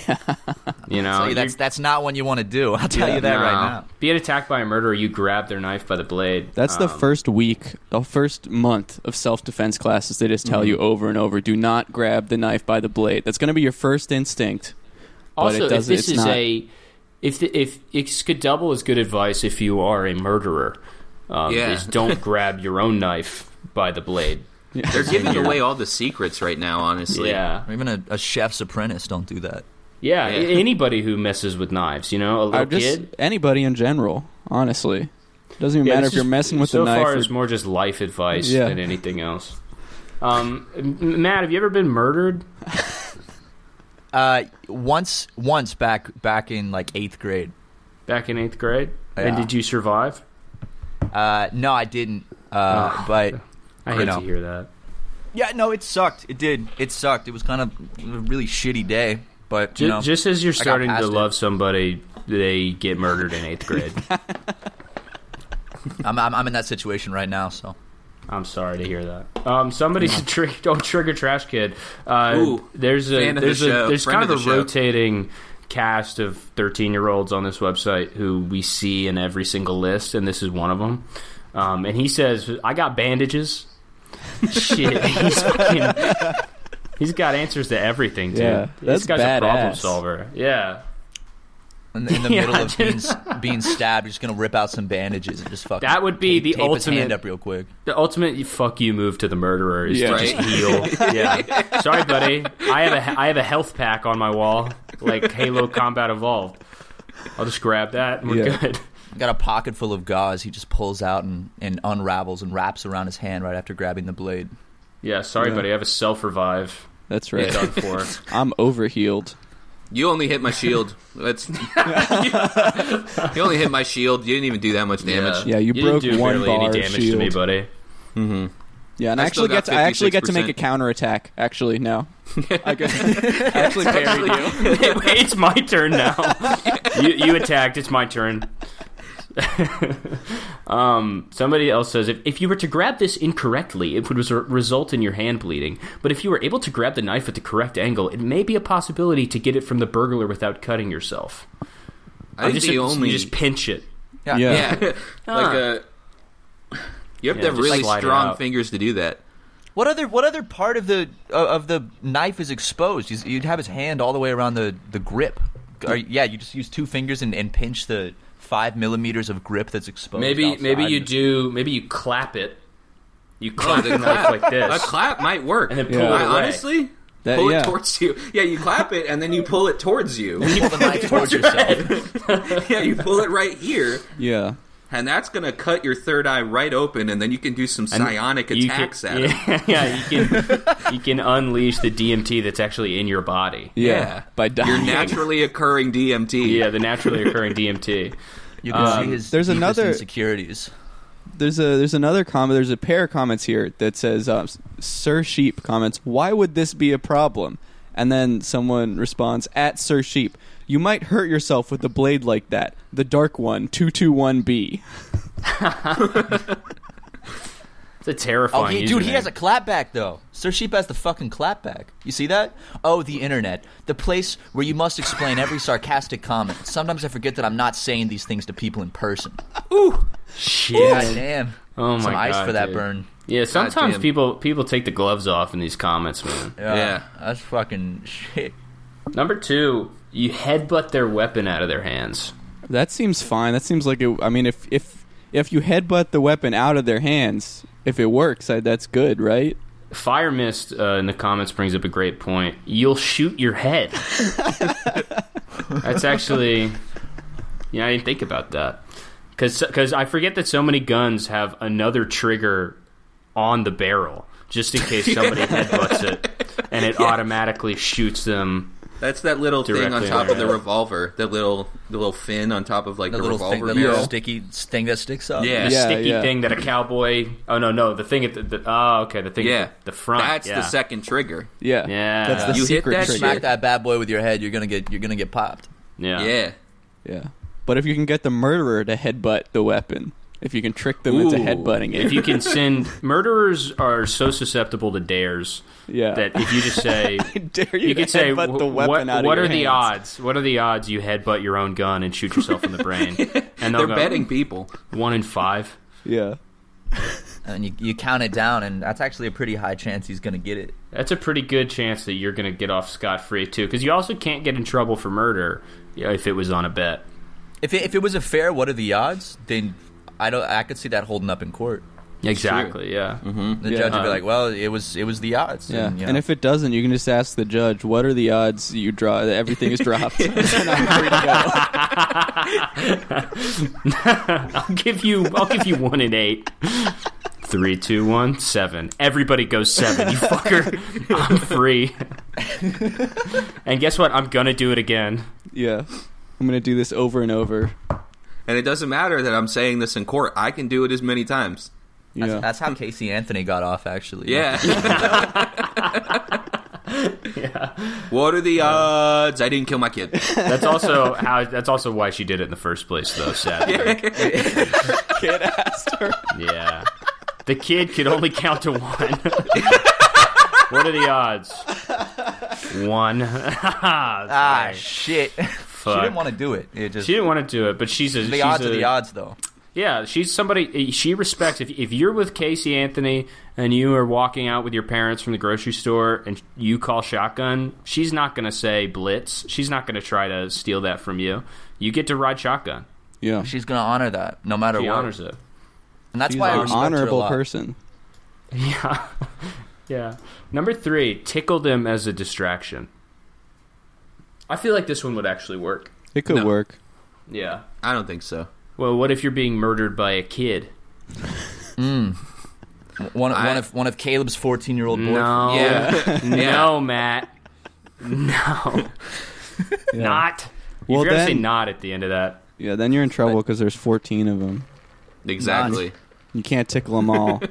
You know, Tell you, that's you're- that's not one you want to do. I'll tell you that no. right now. Being attacked by a murderer, you grab their knife by the blade. that's the Um, first week, the first month of self defense classes. They just tell you over and over: do not grab the knife by the blade. That's going to be your first instinct. but it Also, if doesn't- this it's is not- a, if the, if it could double as good advice if you are a murderer, um, Yeah. is don't grab your own knife by the blade. They're giving away all the secrets right now, honestly. Yeah, Even a, a chef's apprentice don't do that. yeah. Yeah. a- Anybody who messes with knives, you know, a little I just kid. anybody in general, honestly, doesn't even Yeah, matter this if you're is- messing with so the knife. far, or- it's more just life advice Yeah. than anything else. Um, M- Matt, have you ever been murdered? Uh, once once back back in like eighth grade. back in eighth grade? And Yeah. did you survive? Uh, no, I didn't. Uh, but I You hate know. to hear that. yeah, no, it sucked. It did. It sucked. It was kind of a really shitty day. But Ju- you know, just as you're got starting to past it. love somebody, they get murdered in eighth grade. I'm, I'm I'm in that situation right now. So I'm sorry to hear that. Um, somebody should tri- don't trigger trash kid. Uh, Ooh, there's a fan of the there's a show, there's friend kind of, of a the show. rotating cast of 13 year olds on this website who we see in every single list, and this is one of them. Um, and he says, "I got bandages." Shit, he's fucking. He's got answers to everything, dude. Yeah, this that's guy's a problem badass. solver. Yeah, in the, in the Yeah, middle of dude. being s- being stabbed, you're just gonna rip out some bandages and just fucking That would be tape, the tape his hand ultimate- up real quick. the ultimate fuck you move to the murderer is Yeah. to just heal. yeah. Sorry, buddy. I have a I have a health pack on my wall, like Halo Combat Evolved. I'll just grab that and we're Yeah. good. got a pocket full of gauze he just pulls out and, and unravels and wraps around his hand right after grabbing the blade. Yeah. Sorry, Yeah. buddy. I have a self revive. That's right. Done for. I'm overhealed. You only hit my shield. That's you only hit my shield. You didn't even do that much damage. Yeah, you didn't broke do one barely bar any of damage to shield. me, buddy. Yeah, and I, I still actually get got to, I actually get to make a 56%. counterattack. Actually, no, I get- I actually parried you. it's my turn now. you, you attacked. It's my turn. um, somebody else says if, if you were to grab this incorrectly, it would res- result in your hand bleeding. But if you were able to grab the knife at the correct angle, it may be a possibility to get it from the burglar without cutting yourself. I think just, the you only just pinch it. Yeah. Yeah. yeah, like a. You have to Yeah, have just really slide it strong out. fingers to do that. What other what other part of the uh, of the knife is exposed? He's- You'd have his hand all the way around the the grip. Or, yeah, you just use two fingers and, and pinch the five millimeters of grip that's exposed. Maybe outside. maybe you do. Maybe you clap it. You clap clap Oh, the Oh, the knife like A this. clap might work. And then pull Yeah. I- it away. honestly, That- pull yeah. it towards you. Yeah, you clap it and then you pull it towards you. pull the knife towards yourself. yeah, you pull it right here, Yeah, and that's gonna cut your third eye right open, and then you can do some psionic You attacks at can, it. yeah, yeah, you can you can unleash the DMT that's actually in your body. yeah. Yeah. By Your dying. naturally occurring DMT. Yeah, the naturally occurring DMT. You can um, see his there's deepest another- insecurities. there's a there's another comment. There's a pair of comments here that says, uh, "Sir Sheep comments. Why would this be a problem?" And then someone responds, "At Sir Sheep, you might hurt yourself with a blade like that. The dark one, two two one B. It's a Oh, terrifying. he, dude, he username. has a clapback though. Sir Sheep has the fucking clapback. You see that? Oh, the internet, the place where you must explain every sarcastic comment. Sometimes I forget that I'm not saying these things to people in person. God shit. damn. Oh my Some ice God, for that dude. burn. Yeah, sometimes Goddamn. people people take the gloves off in these comments, man. Yeah. That's fucking shit. Number two, you headbutt their weapon out of their hands. That seems fine. That seems like it. I mean, if if if you headbutt the weapon out of their hands, if it works, I, that's good, right? Fire Mist uh, in the comments brings up a great point. You'll shoot your head. That's actually, yeah, I didn't think about that because I forget that so many guns have another trigger on the barrel just in case somebody headbutts it and it automatically shoots them. That's that little thing on Directly top there, of the yeah. revolver. That little the little fin on top of like The the, little thing, revolver the barrel. little sticky thing that sticks up. Yeah. The Yeah, sticky yeah. thing that a cowboy. Oh no, no, the thing at the. the oh, okay, the thing. Yeah. at the, the front. That's yeah. the second trigger. Yeah, Yeah. That's the You hit secret that trigger. Smack that bad boy with your head. You're gonna get. You're gonna get popped. Yeah. Yeah. Yeah, but if you can get the murderer to headbutt the weapon, if you can trick them into Ooh. headbutting it, If you can send murderers are so susceptible to dares yeah, that if you just say dare you, you to could say headbutt "Wh- the weapon what, out of what your are the hands." odds? What are the odds you headbutt your own gun and shoot yourself in the brain? And they'll They're go, betting people. one in five. Yeah. And you, you count it down, and that's actually a pretty high chance he's gonna get it. That's a pretty good chance that you're going to get off scot free too, because you also can't get in trouble for murder you know, if it was on a bet. If it, if it was a fair, what are the odds? Then I don't. I could see that holding up in court. Exactly. Yeah. The Mm-hmm. Yeah. judge would be Uh, like, "Well, it was it was the odds." Yeah. you know. And if it doesn't, you can just ask the judge, what are the odds you draw that everything is dropped? And I'm free to go. I'll give you. I'll give you one in eight. Three, two, one, seven. Everybody goes seven. You fucker. I'm free. and guess what? I'm gonna do it again. Yeah. I'm going to do this over and over. And it doesn't matter that I'm saying this in court. I can do it as many times. Yeah. That's, that's how Casey Anthony got off, actually. Yeah. What are the odds? I didn't kill my kid. That's also how. That's also why she did it in the first place, though. Sadly. Kid asked her. Yeah. The kid could only count to one. what are the odds? One. Ah, ah, shit. she didn't want to do it. It just She didn't want to do it, but she's a. the she's odds a, are the odds, though. Yeah, she's somebody she respects. If, if you're with Casey Anthony and you are walking out with your parents from the grocery store and you call shotgun, she's not going to say blitz. She's not going to try to steal that from you. You get to ride shotgun. Yeah. She's gonna honor that no matter She what, honors it. and that's She's why I an respect her a honorable lot. person. Yeah. yeah. Number three, tickle them as a distraction. I feel like this one would actually work. It could No. work. Yeah. I don't think so. Well, what if you're being murdered by a kid? One, I- one of one of Caleb's fourteen year old boys. Oh. No. Yeah. No, Matt. No. Not. You Well, forgot to say then- not at the end of that. Yeah, then you're in trouble because there's 14 of them. Exactly. You can't tickle them all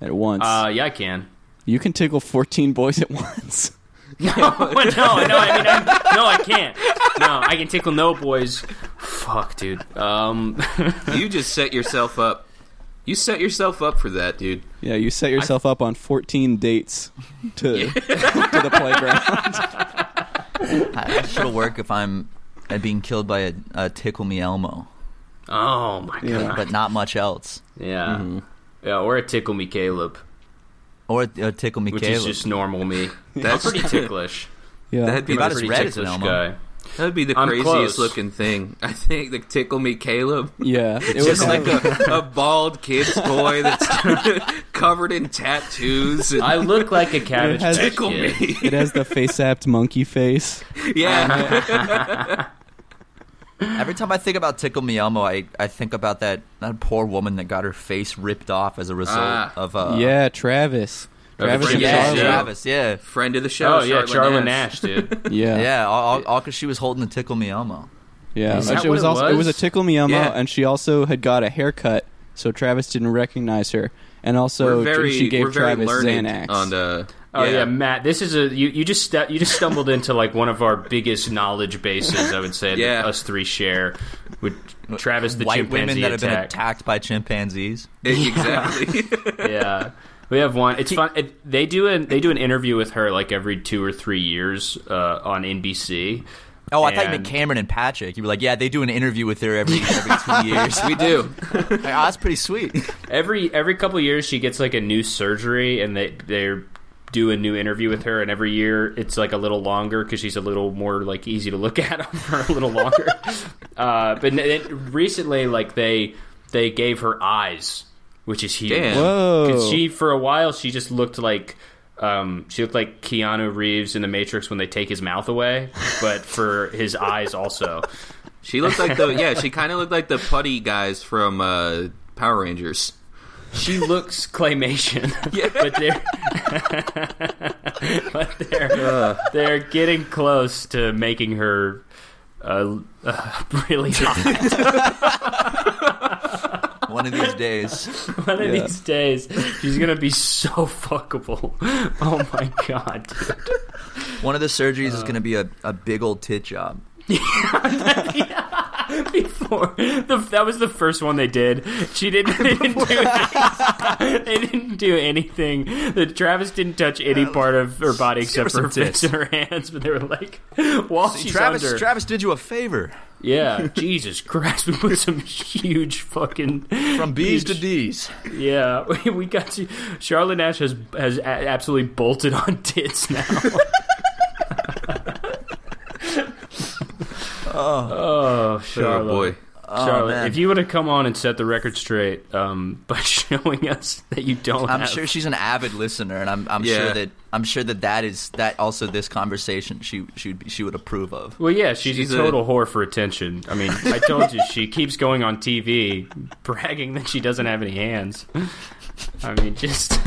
at once. Uh, yeah, I can. you can tickle 14 boys at once. no, no, I mean, I'm, no, I can't. No, I can tickle no boys. Fuck, dude. Um, you just set yourself up. You set yourself up for that, dude. Yeah, you set yourself up on 14 dates to, to the playground. It'll work if I'm uh, being killed by a, a tickle me Elmo, oh my Yeah. god. but not much else. Yeah. Mm-hmm. Yeah, or a tickle me Caleb, Or a tickle me which Caleb. is just normal me. That's- I'm pretty ticklish. Yeah. That'd be I'm a About the, as pretty red as an ticklish Elmo. guy. that'd be the I'm craziest close. looking thing. I think the tickle me Caleb. yeah. It Just would like have- a, a bald kid's toy that's covered in tattoos and I look like a cabbage has- patch tickle kid. me. it has the face-apt monkey face. yeah. Every time I think about tickle me Elmo, I, I think about that, that poor woman that got her face ripped off as a result Ah. of uh, yeah, Travis. Travis and British yeah, Charlie. show. Travis, yeah, Friend of the show. Oh yeah, Charlotte Charlie Nash. Nash, dude. Yeah. yeah, all- all all because she was holding the tickle me Elmo. Yeah, Is and that it what was it also it was a was? tickle me Elmo, Yeah. and she also had got a haircut, so Travis didn't recognize her, and also We're very, she we're gave very Travis learned Xanax. on uh, the. Oh yeah. Matt, this is a you, you just stu- you just stumbled into like one of our biggest knowledge bases. I would say Yeah. that us three share with Travis the White chimpanzee women that have been attack. attacked by chimpanzees. Exactly. yeah. We have one. It's fun. It, they do an they do an interview with her like every two or three years uh, on NBC. Oh, I thought you And- meant Cameron and Patrick. You were like, yeah, they do an interview with her every every two years. we do. Like, oh, that's pretty sweet. every every couple years she gets like a new surgery and they they do a new interview with her and every year it's like a little longer because she's a little more like easy to look at for a little longer uh, but n- it, recently like they they gave her eyes which is huge Damn. Whoa. 'Cause she for a while she just looked like um, she looked like Keanu Reeves in The Matrix when they take his mouth away, but for his eyes also. She looked like the yeah. She kind of looked like the putty guys from uh, Power Rangers. She looks claymation, but they're but they're they're getting close to making her uh, uh, really hot One of these days, one of Yeah. these days. She's gonna be so fuckable. Oh my god, dude. one of the surgeries is going to be a, a big old tit job. Before the, that was the first one they did. She didn't. They didn't do. any- they didn't do anything. The Travis didn't touch any part of her body except for some her face and tits. her hands. But they were like, while she's Travis, under. Travis did you a favor Yeah, Jesus Christ, we put some huge fucking from B's to huge- D's. Yeah, we, we got to. Charlotte Nash has has a- absolutely bolted on tits now. Oh oh, boy. Charlotte. Charlotte, man. if you would have come on and set the record straight um, by showing us that you don't, I'm have- sure she's an avid listener, and I'm, I'm Yeah. sure that I'm sure that that is that also this conversation she she would be, she would approve of. Well, yeah, she's, She's a a- total whore for attention. I mean, I told you she keeps going on TV bragging that she doesn't have any hands. I mean, just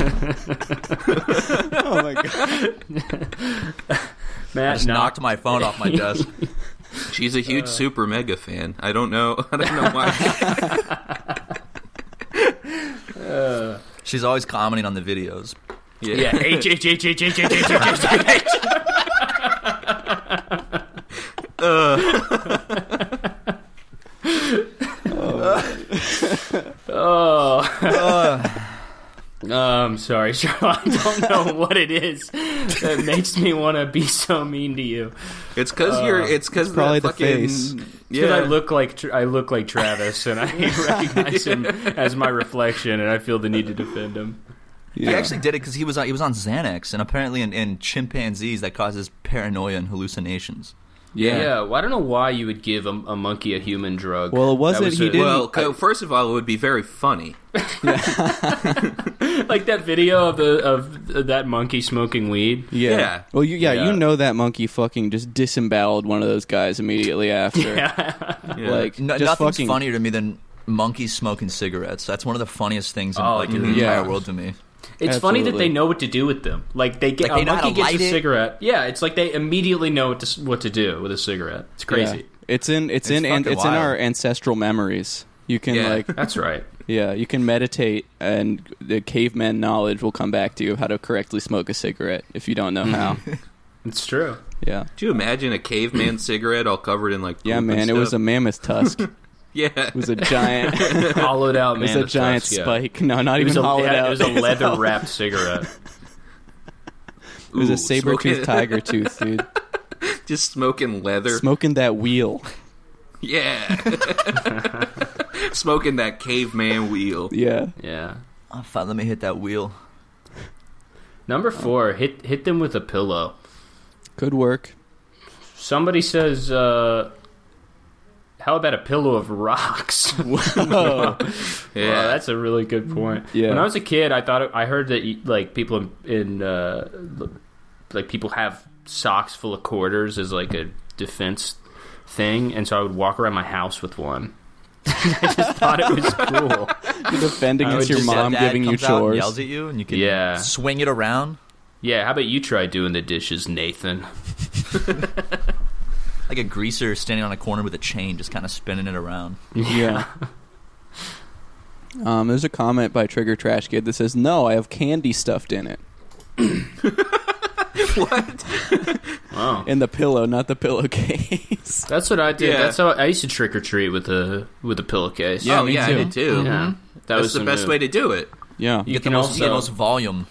oh my god! Matt Just knocked knocked my phone off my desk. She's a huge super mega fan. I don't know. I don't know why. She's always commenting on the videos. Yeah. Yeah, H H H H H H H H H H, H. Oh, Oh, I'm sorry, Charlotte. I don't know what it is that makes me want to be so mean to you. It's because you're. It's because Uh, probably the fucking, face. Yeah. Because I look like Tr- I look like Travis, and I recognize him as my reflection, and I feel the need to defend him. He Yeah. actually did it because he was on, he was on Xanax, and apparently in, in chimpanzees that causes paranoia and hallucinations. Yeah. well, I don't know why you would give a, a monkey a human drug. Well, it wasn't- That was he a- didn't- Well, co- first of all, it would be very funny. like that video of the of that monkey smoking weed. Yeah. Yeah. Well, you, yeah, Yeah. you know that monkey fucking just disemboweled one of those guys immediately after. Yeah. Like No, just nothing's fucking funnier to me than monkeys smoking cigarettes. That's one of the funniest things in, Oh, like, in the dude. Yeah. entire world to me. It's funny that Absolutely. they know what to do with them. Like they get Like, they a know how monkey to gets a light it. cigarette. Yeah, it's like they immediately know what to, s- what to do with a cigarette. It's crazy. Yeah. It's in it's, in fucking and it's in wild. our ancestral memories. You can Yeah. like That's right. yeah, you can meditate and the caveman knowledge will come back to you of how to correctly smoke a cigarette if you don't know how. It's true. yeah. Do you imagine a caveman cigarette all covered in like? Yeah, poop and man, it was a stuff? mammoth tusk. It yeah. was a giant it Hollowed out man. was a with giant tusk, yeah. spike. No, not It was, even a, hollowed yeah, out. it was a leather wrapped cigarette. It was Ooh, a saber smoking- tooth tiger tooth, dude. just smoking leather. Smoking that wheel. yeah, smoking that caveman wheel. Yeah. Yeah. Oh, fuck, let me hit that wheel. Oh. Number four, hit hit them with a pillow. Good work. Somebody says, uh, "How about a pillow of rocks?" Oh, Yeah, Wow, that's a really good point. Yeah. When I was a kid, I thought I heard that you- like people in, in uh, like people have socks full of quarters as like a defense thing, and so I would walk around my house with one. I just thought it was cool. you defend against your Just that mom dad giving you comes out and chores. yells at you, and you can Yeah. swing it around Yeah, how about you try doing the dishes, Nathan? like a greaser standing on a corner with a chain, just kind of spinning it around. Yeah. Um, there's a comment by Trigger Trash Kid that says, "No, I have candy stuffed in it Wow. in the pillow, not the pillowcase." That's what I did. Yeah. That's how I used to trick or treat with a with a pillowcase. oh me yeah, I too. did too. yeah. That That was was the best way to do it. yeah, You get the can most, also get the most volume.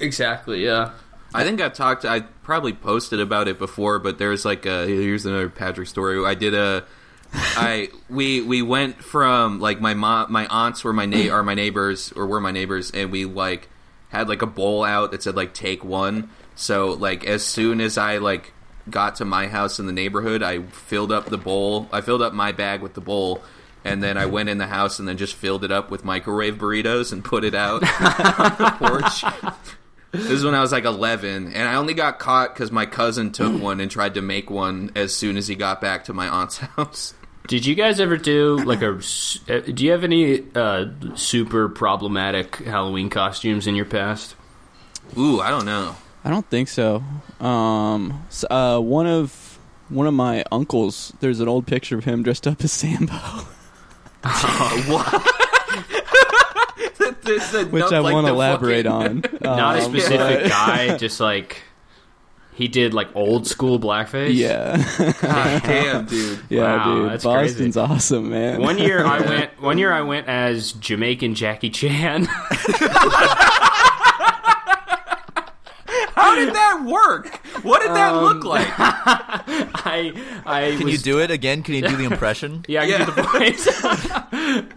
exactly yeah. I think I talked. I probably posted about it before, but there's like a here's another Patrick story. I did a. I we we went from like my mom, my aunts were my na- are my neighbors or were my neighbors, and we like had like a bowl out that said like take one. So like as soon as I like got to my house in the neighborhood, I filled up the bowl. I filled up my bag with the bowl. And then I went in the house and then just filled it up with microwave burritos and put it out on the porch. This is when I was like 11, and I only got caught because my cousin took one and tried to make one as soon as he got back to my aunt's house. Did you guys ever do like a? s- uh, Do you have any uh, super problematic Halloween costumes in your past? Ooh, I don't know. I don't think so. Um, s uh, one of one of my uncles. There's an old picture of him dressed up as Sambo, It's a- which nope, I like won't the elaborate fucking- on. Not a Um, specific guy, just like he did like old school blackface. Yeah, God damn, dude. yeah, Wow, dude. that's Boston's crazy. awesome, man. One year I went. One year I went as Jamaican Jackie Chan. How did that work? What did that look like? I I Can was you do it again? Can you do the impression? Yeah, I can do the voice.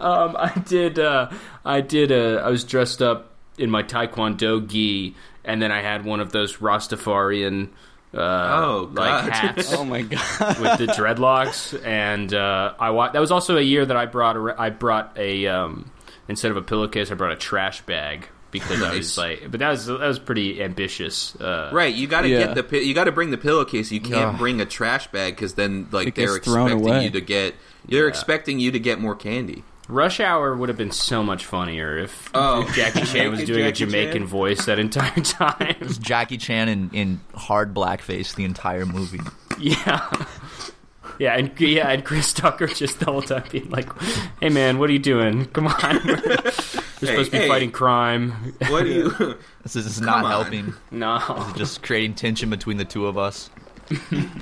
um, I did. Uh, I did. Uh, I was dressed up in my taekwondo gi, and then I had one of those Rastafarian, uh, Oh, like God. hats Oh my god. with the dreadlocks. And uh, I wa- that was also a year that I brought. A, I brought a um, instead of a pillowcase, I brought a trash bag because I was Nice. like, but that was that was pretty ambitious. Uh, Right, you gotta Yeah. get the pi- you gotta bring the pillowcase. You can't Ugh. bring a trash bag because then like It they're gets thrown expecting away. you to get they're expecting you to get more candy. Rush Hour would have been so much funnier if Oh. Jackie Chan was Jamaican doing a Jackie Jamaican Chan. voice that entire time. Jackie Chan in, in hard blackface the entire movie. yeah. Yeah, and yeah, and Chris Tucker just the whole time being like, "Hey man, what are you doing? Come on, we're, we're supposed to be hey. fighting crime." What do you? This is just not on. helping. No, Just creating tension between the two of us. number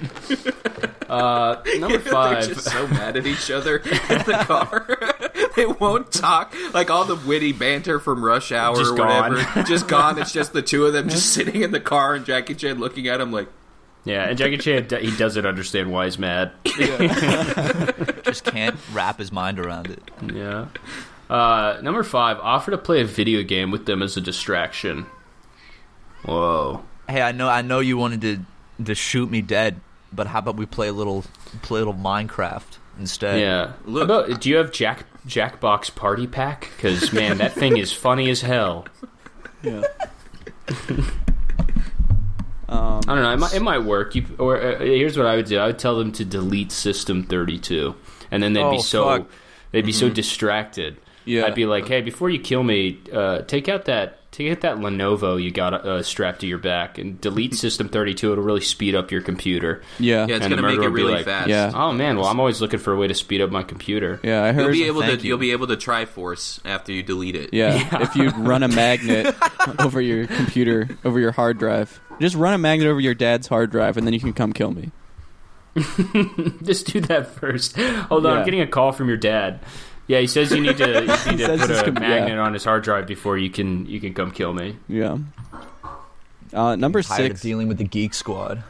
They're just five. so mad at each other in the car. they won't talk. Like all the witty banter from Rush Hour Just or whatever, gone. just gone. It's just the two of them just sitting in the car and Jackie Chan looking at him like, Yeah, and Jackie Chan d- he doesn't understand why he's mad. Just can't wrap his mind around it. Yeah. Uh, number five, offer to play a video game with them as a distraction. Whoa. Hey, I know I know you wanted to to shoot me dead, but how about we play a little play a little Minecraft instead? Yeah. Look- How about, do you have Jack Jackbox Party Pack? Because man, that thing is funny as hell. Yeah. um, I don't know. It might, it might work. You, or uh, here's what I would do. I would tell them to delete System 32, and then they'd be Oh, so fuck. they'd be so distracted. Mm-hmm. Yeah. I'd be like, hey, before you kill me, uh, take out that take out that Lenovo you got uh, strapped to your back and delete System 32. It'll really speed up your computer. Yeah. Yeah, it's And the gonna make it murderer will be really like, fast. Yeah. Oh man, well I'm always looking for a way to speed up my computer. Yeah, I You'll heard. be able to thank you. you. will be able to try force after you delete it. yeah, if you run a magnet over your computer, over your hard drive, just run a magnet over your dad's hard drive, and then you can come kill me. Just do that first. Hold on, Yeah. I'm getting a call from your dad. Yeah, he says you need to, you need to says put this a could be- magnet on his hard drive before you can you can come kill me. Yeah. Uh, number Tired of six. dealing with the Geek Squad.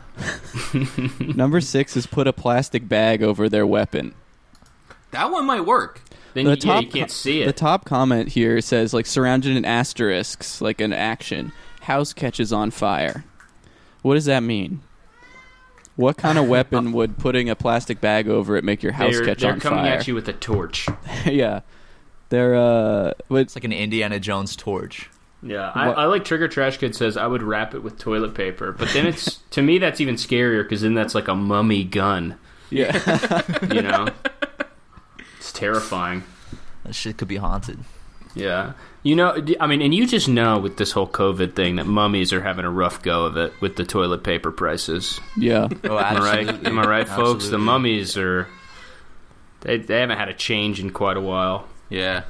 Number six is put a plastic bag over their weapon. That one might work. Then The you, yeah, top you can't co- see The it. top comment here says like surrounded in asterisks, like an action. House catches on fire. What does that mean? What kind of weapon would putting a plastic bag over it make your house they're catch they're on coming fire? at you with a torch. yeah, they're uh, but It's like an Indiana Jones torch. Yeah, I, What- I like Trigger Trash Kid says I would wrap it with toilet paper, but then it's to me that's even scarier because then that's like a mummy gun, yeah, you know? it's terrifying. That shit could be haunted. Yeah, you know, d- I mean, and you just know with this whole COVID thing that mummies are having a rough go of it with the toilet paper prices. yeah. Oh, Am I right? absolutely. Am I right, folks? The Absolutely. mummies are they they haven't had a change in quite a while. Yeah.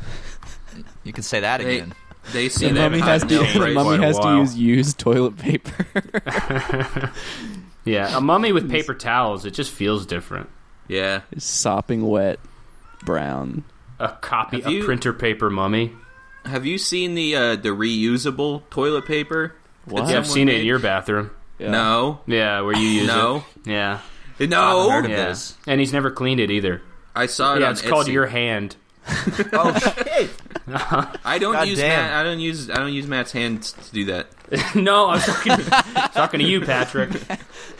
You could say that They- again. They The seem to have mummy a has hot to, nail the price. mummy quite a has to while. use used toilet paper. Yeah, a mummy with paper towels, it just feels different. Yeah. Sopping wet, brown. A copy, Have you- a printer paper mummy. Have you seen the uh, the reusable toilet paper? What? Yeah, I've seen it in your bathroom. Yeah. No. Yeah, where you use No. it. Yeah, No. I haven't heard of yeah. is. And he's never cleaned it either. I saw it yeah, on it's called Etsy. your hand. Oh shit! I don't God use damn. Matt, I don't use I don't use Matt's hands to do that. no, I'm talking, talking to you, Patrick.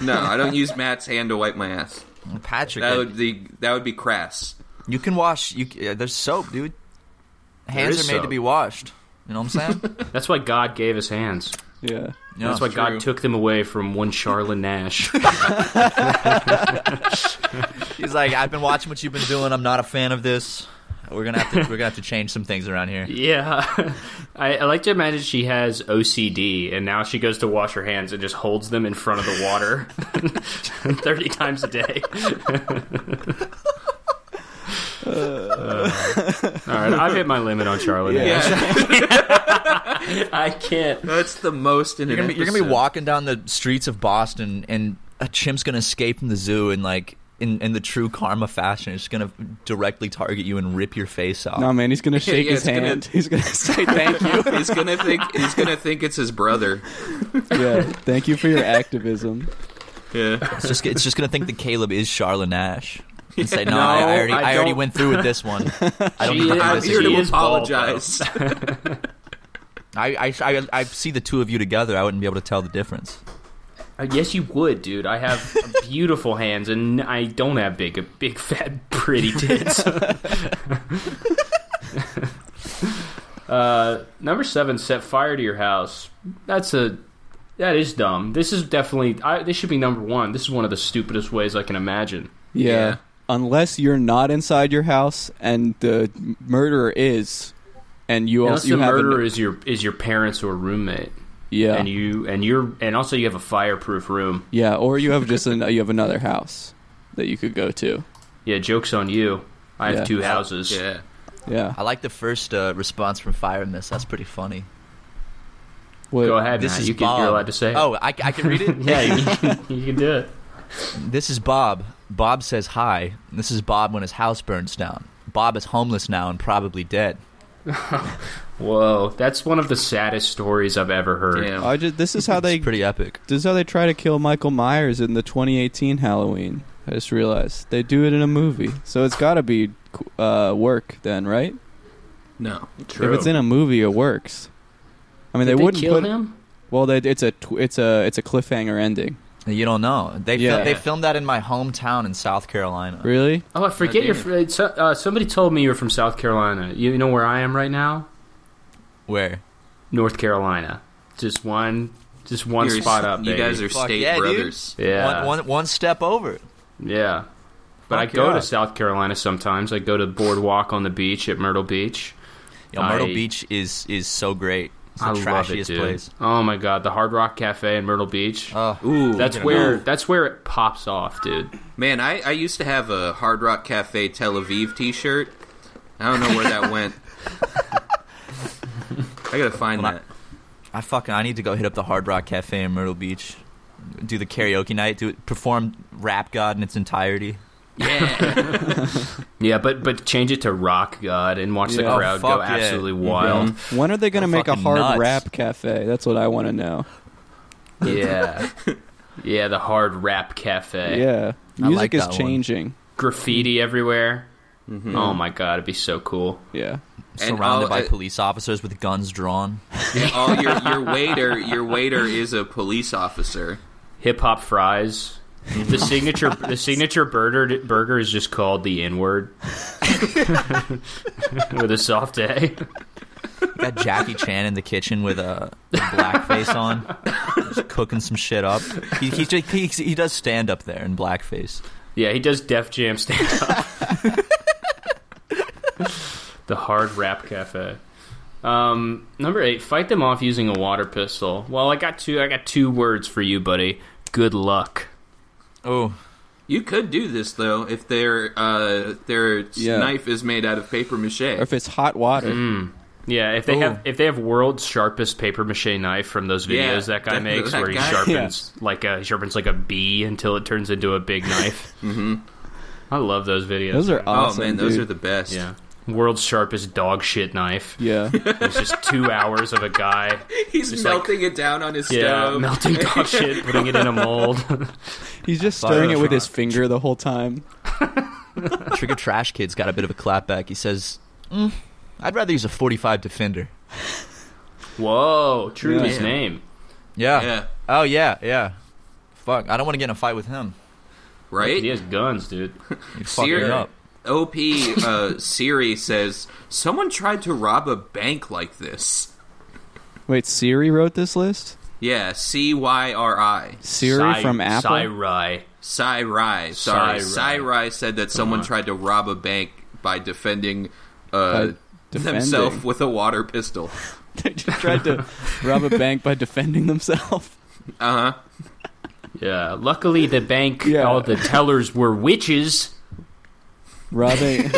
No, I don't use Matt's hand to wipe my ass. Mm, Patrick, That would be that would be crass. you can wash. You c- uh, there's soap, dude. Hands is are made to soap. be washed. You know what I'm saying? That's why God gave us hands. Yeah. Yeah. That's why Oh, true. God took them away from one Charlene Nash. He's like, I've been watching what you've been doing. I'm not a fan of this. We're gonna have to. We're gonna have to change some things around here. yeah, I, I like to imagine she has OCD, and now she goes to wash her hands and just holds them in front of the water thirty times a day. Uh, all right, I've hit my limit on Charlene. Nash. Yeah, I can't. that's the most in You're an gonna, be, you're gonna be episode. walking down the streets of Boston, and a chimp's gonna escape from the zoo, and like in, in the true karma fashion, it's gonna directly target you and rip your face off. No man, he's gonna shake yeah, his it's gonna- hand. He's gonna say thank you. He's gonna think he's gonna think it's his brother. yeah, thank you for your activism. Yeah. It's just it's just gonna think that Caleb is Charlotte Nash and say, "No, I, I already, I I, already don't- went through with this one. I don't She is- need to do I'm this here again." to is bald, apologize. I, I, I, I see the two of you together. I wouldn't be able to tell the difference. Uh, yes, you would, dude. I have beautiful hands, and I don't have big, big, fat, pretty tits. uh, number seven, set fire to your house. That's a that is dumb. This is definitely I, this should be number one. This is one of the stupidest ways I can imagine. Yeah. Yeah. Unless you're not inside your house and the murderer is, and you Unless also you the have a- murderer is your is your parents or roommate, yeah and you and you're and also you have a fireproof room. yeah, or you have just an, you have another house that you could go to. Yeah, jokes on you. I Yeah. have two houses. yeah. Yeah. I like the first uh, response from Fire in this. That's pretty funny. What- Go ahead, This Matt. is You Bob. can, you're allowed to say. it. Oh, I, I can read it. yeah, you, you can do it. This is Bob. Bob says hi. This is Bob when his house burns down. Bob is homeless now and probably dead. Whoa, that's one of the saddest stories I've ever heard. Damn. I just, this is how they It's pretty epic. this is how they try to kill Michael Myers in the 2018 Halloween. I just realized they do it in a movie, so it's got to be uh, work then, right? No. True. If it's in a movie, it works. I mean, Did they wouldn't kill put him. well. They, it's a tw- it's a it's a cliffhanger ending. You don't know. They fil- Yeah. they filmed that in my hometown in South Carolina. Really? Oh, I forget Oh, you're. damn. fr- it's, Uh, somebody told me you're from South Carolina. You know where I am right now? Where? North Carolina. Just one, just one You're- spot up. You baby. guys are Fuck state yeah, dude. brothers. Yeah. One, one, one step over. Yeah. But I Fuck go yeah. to South Carolina sometimes. I go to Boardwalk on the beach at Myrtle Beach. Yo, Myrtle I- Beach is is so great. It's the I love it, trashiest dude. place. Oh my god, the Hard Rock Cafe in Myrtle Beach. Oh. Ooh, that's where that's where it pops off, dude. Man, I, I used to have a Hard Rock Cafe Tel Aviv t shirt. I don't know where that went. I gotta find Well, that. I fucking I need to go hit up the Hard Rock Cafe in Myrtle Beach, do the karaoke night, do perform Rap God in its entirety. Yeah, but but change it to Rock God and watch the Yeah. Oh, crowd fuck go yeah. absolutely wild. When are they going to We're make a fucking hard nuts. rap cafe? That's what I want to know. Yeah. Yeah, the hard rap cafe. Yeah, I music like is that one. changing. Graffiti everywhere. Oh my god, it'd be so cool. Yeah, And Surrounded all- by uh, police officers with guns drawn. And all your, your waiter your waiter is a police officer. Hip hop fries. The signature the signature burger burger is just called the N word. With a soft A. Got Jackie Chan in the kitchen with a blackface on, just cooking some shit up. He he's just, he, he does stand up there in blackface. Yeah, he does Def Jam stand up. the Hard Rap Cafe. Um, number eight, fight them off using a water pistol. Well, I got two. I got two words for you, buddy. Good luck. Oh, You could do this though if their uh, their s- Yeah. knife is made out of paper mache. or if it's hot water. Yeah, if they Ooh. have if they have world's sharpest paper mache knife from those videos Yeah, that guy that- makes, that where he guy- sharpens like a he sharpens like a bee until it turns into a big knife. mm-hmm. I love those videos. Those are oh awesome. man, those dude. are the best. yeah, world's sharpest dog shit knife. yeah. It's just two hours of a guy He's Just melting it down on his Yeah, stove. melting dog shit, putting it in a mold. He's just Fire stirring it with his truck. finger the whole time. Trigger Trash Kid's got a bit of a clapback. He says, "Mm, "I'd rather use a 45 Defender." Whoa, true to his Yeah. name. Yeah. Yeah, Oh yeah, yeah. Fuck, I don't want to get in a fight with him. right. He has guns, dude. He'd fuck me Siri- up. Op uh, Siri says someone tried to rob a bank like this. Wait, Siri wrote this list? Yeah, C Y R I. Siri Cy- from Apple? Cyri. Cy Rai. Sorry, Cy Cy Rai said that Uh-huh. someone tried to rob a bank by defending, uh, By defending. themselves with a water pistol. they just tried to rob a bank by defending themselves. Uh huh. Yeah. Luckily, the bank, Yeah. all the tellers were witches. Robbing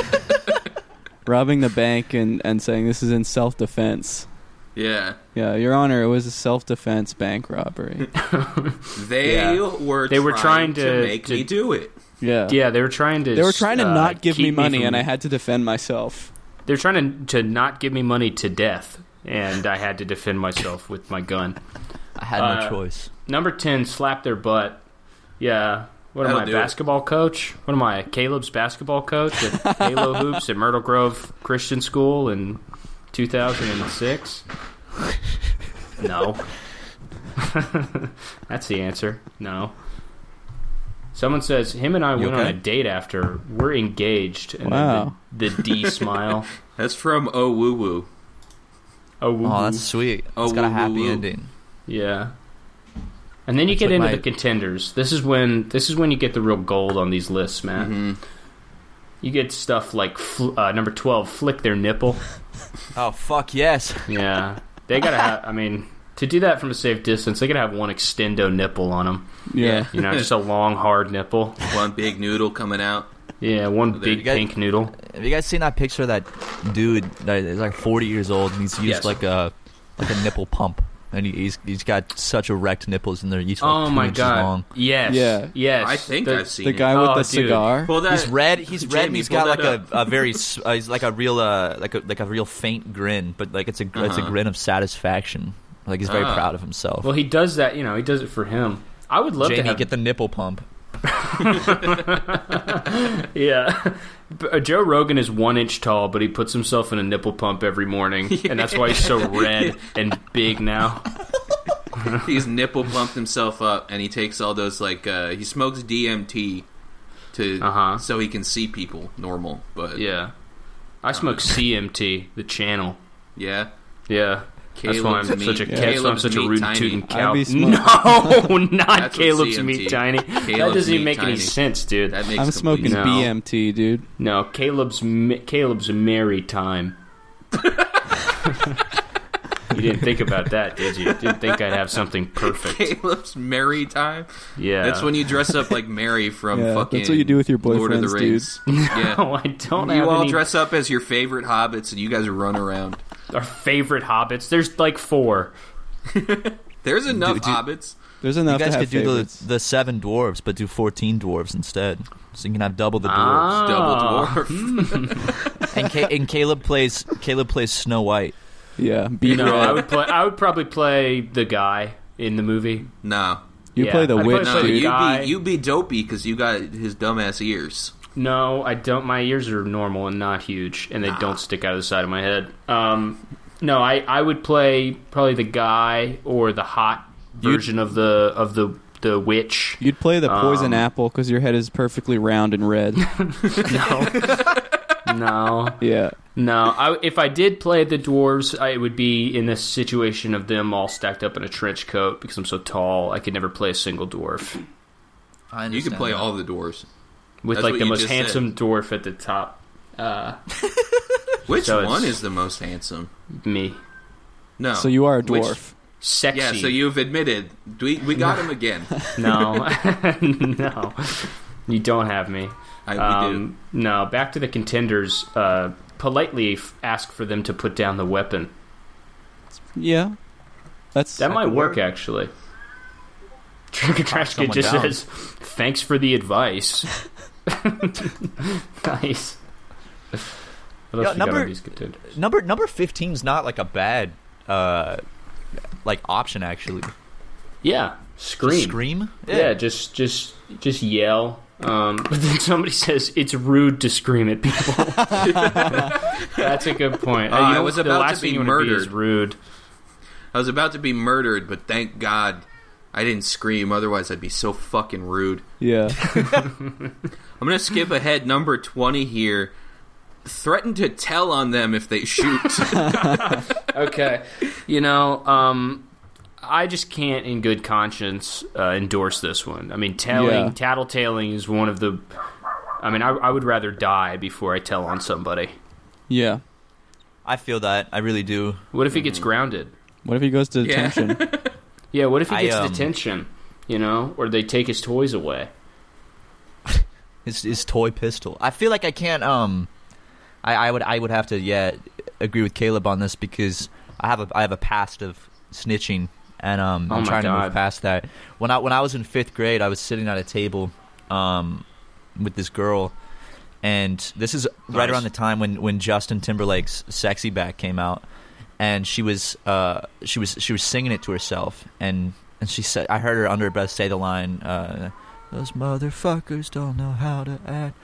robbing the bank and, and saying this is in self defense. Yeah. Yeah, Your Honor, it was a self defense bank robbery. They Yeah. were They were trying to- make to- me do it. Yeah. Yeah, they were trying to. They were trying to uh, not give keep me money from- and I had to defend myself. They were trying to, to not give me money to death, and I had to defend myself with my gun. I had Uh, no choice. Number 10, slap their butt. Yeah. What am That'll I, do it. basketball coach? What am I, Caleb's basketball coach at Halo Hoops at Myrtle Grove Christian School in 2006? No. That's the answer. No. Someone says, him and I went on okay? a date after. We're engaged. And Wow. then the, the D smile. That's from Oh Woo Woo. Oh, woo Oh, woo. that's sweet. Oh, it's got a woo, woo, happy woo. ending. Yeah. And then you That's get what into my- the contenders. This is when this is when you get the real gold on these lists, man. Mm-hmm. You get stuff like fl- uh, number twelve, flick their nipple. Oh fuck yes. Yeah, they gotta have. I mean, to do that from a safe distance, they gotta have one extendo nipple on them. Yeah. You know, just a long, hard nipple. One big noodle coming out. Yeah, one there you big go. pink noodle. Have you guys seen that picture of that dude that is like 40 years old and he's used Yes. like a like a nipple pump and he, he's he's got such erect nipples and they're each like Oh two my inches god! long. Yes, Yeah. yes. I think The- I've seen The it. guy Oh, with the dude. cigar. Pull that. He's red. He's red. and Jamie, He's pull got like that a, up. a very s- uh, he's like a real uh like a like a real faint grin, but like it's a gr it's a Uh-huh. grin of satisfaction. Like he's very Ah. proud of himself. Well, he does that. You know, he does it for him. I would love to Jamie, have get the nipple pump. Yeah. B- uh, Joe Rogan is one inch tall, but he puts himself in a nipple pump every morning, and that's why he's so red and big now. He's nipple pumped himself up, and he takes all those like uh, he smokes DMT to Uh-huh. so he can see people normal. But Yeah. I smoke Uh. CMT, the channel. yeah. Yeah. that's why I'm Caleb's such a meat- that's why I'm Caleb's such a meat rude tiny. tootin' I'd cow. be No, smoking- not what Caleb's CMT. meat tiny. that Caleb's doesn't even meat make any tiny. sense, dude. That makes I'm complete smoking No. BMT, dude. no, Caleb's m- Caleb's merry time. You didn't think about that, did you? Didn't think I'd have something perfect. Caleb's merry time. Yeah. That's when you dress up like Mary from Yeah, fucking. that's what you do with your Lord of the boyfriends, Rings. No, Yeah. Oh, I don't have You all any- dress up as your favorite hobbits and you guys run around. our favorite hobbits. There's like four. There's enough do- hobbits. There's enough You to guys have could do favorites. the, the seven dwarves, but do fourteen dwarves instead. So you can have double the dwarves. Double Ah. dwarf. And, Ca- and Caleb plays Caleb plays Snow White. yeah, be You know, red. I would play. I would probably play the guy in the movie. no. you yeah, play the I'd witch, play No, the E dude. you guy- be you be dopey because you got his dumbass ears. No, I don't. My ears are normal and not huge, and they Ah. don't stick out of the side of my head. Um, no, I, I would play probably the guy or the hot version of the of the the witch. You'd play the poison Um, apple because your head is perfectly round and red. No, no, yeah, no. I, if I did play the dwarves, I, it would be in this situation of them all stacked up in a trench coat because I'm so tall. I could never play a single dwarf I You can play all the dwarves. with That's like what the you most just said. handsome dwarf at the top. Uh, Which So it's- one is the most handsome? me, No. so you are a Which- dwarf. sexy. yeah, so you've admitted. We, we got him again. No, no, you don't have me. I, we Um, no, back to the contenders. Uh, politely f- ask for them to put down the weapon. yeah, that's That might work, actually. Trash kid someone just down. says, "Thanks for the advice." nice. What else we Yeah, got number- on these contenders? Number number fifteen's not like a bad uh like option actually. Just Yeah, scream. Scream? Yeah. just just just yell. Um, but then somebody says it's rude to scream at people. That's a good point. Uh, you I know, was the about to last be thing you wanna is murdered. rude. do. I was about to be murdered, but thank God I didn't scream. Otherwise, I'd be so fucking rude. yeah. I'm going to skip ahead number 20 here. Threaten to tell on them if they shoot. okay. You know, um, I just can't, in good conscience, uh, endorse this one. I mean, telling, Yeah. tattletaling is one of the. I mean, I, I would rather die before I tell on somebody. Yeah. I feel that. I really do. What if he gets grounded? What if he goes to Yeah. detention? Yeah, what if he I, gets um, detention? You know, or they take his toys away. His his toy pistol. I feel like I can't um I, I would I would have to yeah agree with Caleb on this because I have a I have a past of snitching and um Oh I'm my trying to God. move past that. When I when I was in fifth grade I was sitting at a table um with this girl and this is right Nice. around the time when when Justin Timberlake's Sexy Back came out and she was uh she was she was singing it to herself and and she said I heard her under her breath say the line uh those motherfuckers don't know how to act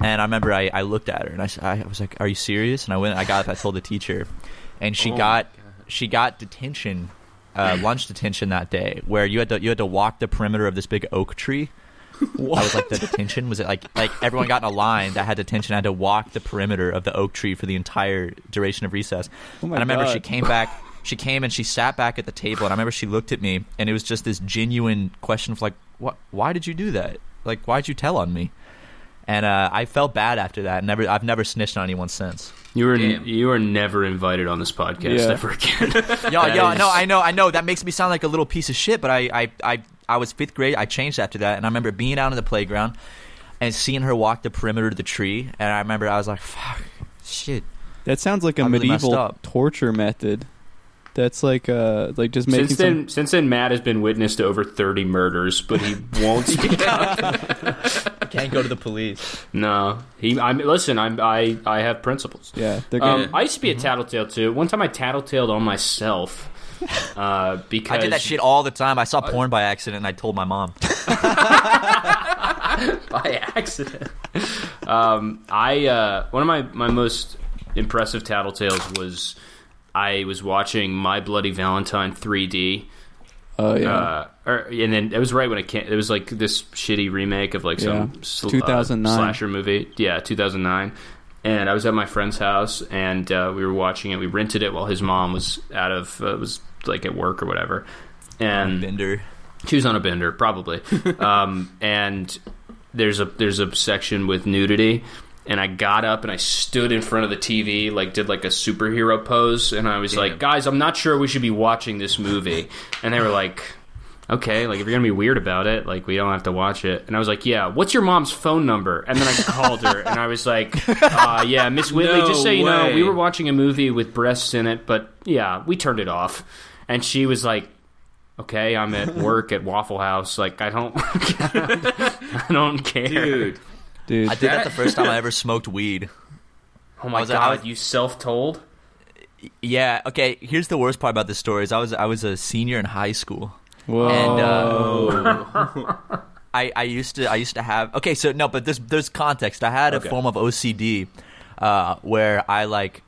and I remember I, I looked at her and I, s- I was like are you serious and I went I got up I told the teacher and she Oh my got God. she got detention uh, lunch detention that day where you had to you had to walk the perimeter of this big oak tree I was like the detention was it like like everyone got in a line that had detention had to walk the perimeter of the oak tree for the entire duration of recess. Oh my and I remember God. she came back she came and she sat back at the table and I remember she looked at me and it was just this genuine question of like what why did you do that? Like why'd you tell on me? And uh, I felt bad after that. Never I've never snitched on anyone since. You were Damn. you are never invited on this podcast Yeah. ever again. Yeah, That yeah, is- no, I know, I know. That makes me sound like a little piece of shit, but I, I, I, I was fifth grade. I changed after that, and I remember being out on the playground and seeing her walk the perimeter of the tree, and I remember I was like, "Fuck, shit." that sounds like a I really medieval messed up. torture method. That's like uh like just making since some then, since then, Matt has been witness to over thirty murders, but he won't speak I can't go to the police. No, he. I'm listen. I'm. I. I have principles. yeah, they're gonna, Um, I used to Mm-hmm. be a tattletale too. One time, I tattletaled on myself uh, because I did that shit all the time. I saw porn by accident, and I told my mom. by accident. um, I uh, one of my my most impressive tattletales was I was watching My Bloody Valentine 3D. oh yeah. Uh, or, and then it was right when it came. It was like this shitty remake of like some Yeah. sl- uh, 2009. slasher movie. Yeah, 2009. And I was at my friend's house, and uh, we were watching it. We rented it while his mom was out of uh, was like at work or whatever. Oh, And Bender. she was on a bender, probably. um, and there's a there's a section with nudity, and I got up and I stood in front of the TV, like did like a superhero pose, and I was like, "Guys, I'm not sure we should be watching this movie," and they were like. Okay, like if you're gonna be weird about it, like we don't have to watch it. And I was like, "Yeah, what's your mom's phone number?" And then I called her, and I was like, uh, "Yeah, Miss Whitley, No just so you know, we way. were watching a movie with breasts in it, but yeah, we turned it off." And she was like, okay, I'm at work at Waffle House. Like, I don't, I don't care. dude. dude. I did that the first time I ever smoked weed. oh my I was- I god, was- you self-told? Yeah. Okay. Here's the worst part about this story: is I was I was a senior in high school, Whoa. and uh, I I used to I used to have okay. So no, but there's there's context. I had a Okay. form of OCD uh, where I like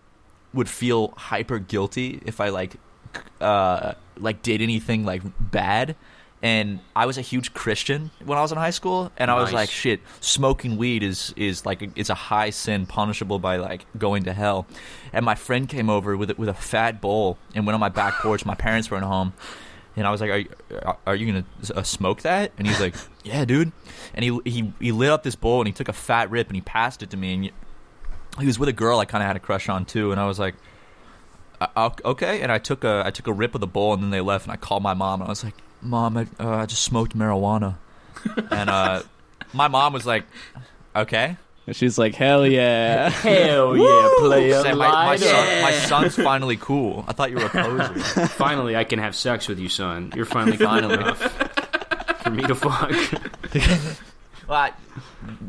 would feel hyper guilty if I like c- uh, like did anything like bad. And I was a huge Christian when I was in high school, and I was Nice. like, "Shit, smoking weed is is like a, it's a high sin, punishable by like going to hell." And my friend came over with a- with a fat bowl and went on my back porch. My parents weren't home, and I was like, "Are you, are- are you gonna uh, smoke that?" And he's like, "Yeah, dude." And he he he lit up this bowl and he took a fat rip and he passed it to me. And y- he was with a girl I kind of had a crush on too, and I was like, "Uh, o- "Okay." And I took a I took a rip of the bowl, and then they left, and I called my mom, and I was like, "Mom, I, uh, I just smoked marijuana," and uh, my mom was like, "Okay." And she's like, hell yeah. Hell yeah, player. Said, my, my, Lied up. son, my son's finally cool. I thought you were a poser. Finally, I can have sex with you, son. You're finally finally enough for me to fuck. well, I,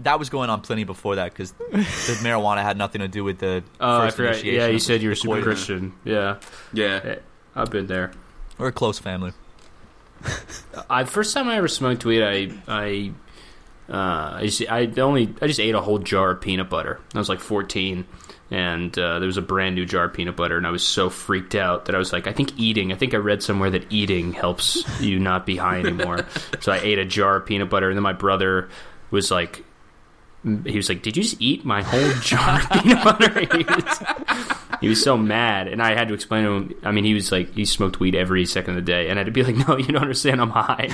that was going on plenty before that because the marijuana had nothing to do with the Oh, I first forgot. initiation. Yeah, you of said you were the super poison. Christian. Yeah. Yeah. Eh, I've been there. We're a close family. I first time I ever smoked weed, I I uh, I, just, I only I just ate a whole jar of peanut butter. I was like 14, and uh, there was a brand new jar of peanut butter, and I was so freaked out that I was like, I think eating. I think I read somewhere that eating helps you not be high anymore. so I ate a jar of peanut butter, and then my brother was like. He was like, "Did you just eat my whole jar of peanut butter?" He was- he was so mad, and I had to explain to him. I mean, he was like, he smoked weed every second of the day, and I had to be like, no, you don't understand, I'm high.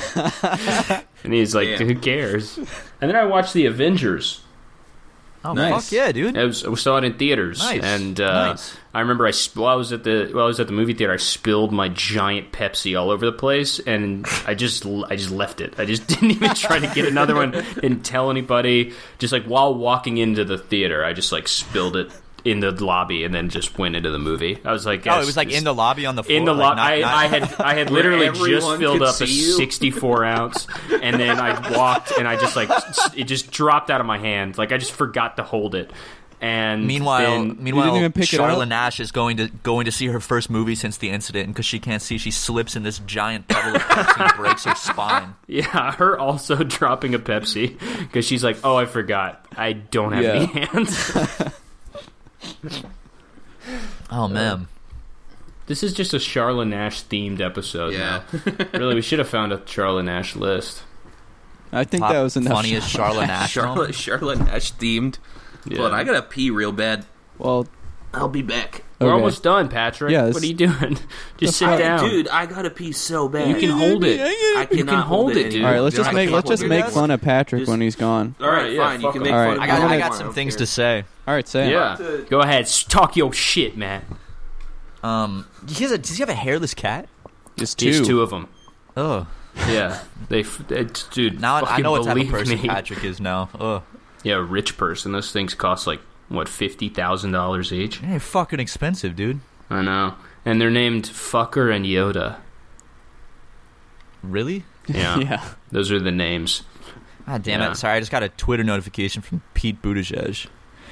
and he's like, Yeah. who cares? And then I watched The Avengers. Oh, Nice. fuck yeah, dude. I was, I saw it in theaters, Nice. and uh, Nice. I remember I sp- while I was at the while I was at the movie theater, I spilled my giant Pepsi all over the place, and I just l- I just left it. I just didn't even try to get another one. Didn't tell anybody. Just like while walking into the theater, I just like spilled it in the lobby, and then just went into the movie. I was like, Oh, yes, it was like this- in the lobby on the floor. in the lot, like, not- I, not- I had I had literally just everyone filled could up a see you? 64 ounce, and then I walked and I just like s- it just dropped out of my hand. Like I just forgot to hold it. And Meanwhile, then- You meanwhile, didn't even pick it Charlotte up? Nash is going to going to see her first movie since the incident, and because she can't see, she slips in this giant puddle of Pepsi and breaks her spine. yeah, her also dropping a Pepsi because she's like, "Oh, I forgot, I don't have Yeah. any hands." Oh man, this is just a Charlotte Nash themed episode. Yeah. now. really, we should have found a Charlotte Nash list. I think Top that was enough. funniest Charlotte Nash. Charlotte Charlotte Nash themed. Yeah. But I gotta pee real bad. Well, I'll be back. We're okay. almost done, Patrick. Yeah, what this- are you doing? Just sit I- down, dude. I gotta pee so bad. You can hold it. I cannot can hold it, dude. all right, let's anymore. just I make can't let's just hold make it. fun of Patrick Just- when he's gone. All right, Yeah, fine. You fuck can off. make All fun. right. I got, of me. I don't got care. some things to say. All right, say it. Yeah, go ahead, s- talk your shit, man. Um, he has a, does he have a hairless cat? Just two. It's two of them. Oh, Yeah, they, f- it's, dude. now I- I fucking know what type of believe person me. Patrick is now. Oh, Yeah, a rich person. Those things cost like what fifty thousand dollars each. they're fucking expensive, dude. I know, and they're named Fucker and Yoda. Really? Yeah, yeah. those are the names. Ah, damn Yeah. it! Sorry, I just got a Twitter notification from Pete Buttigieg.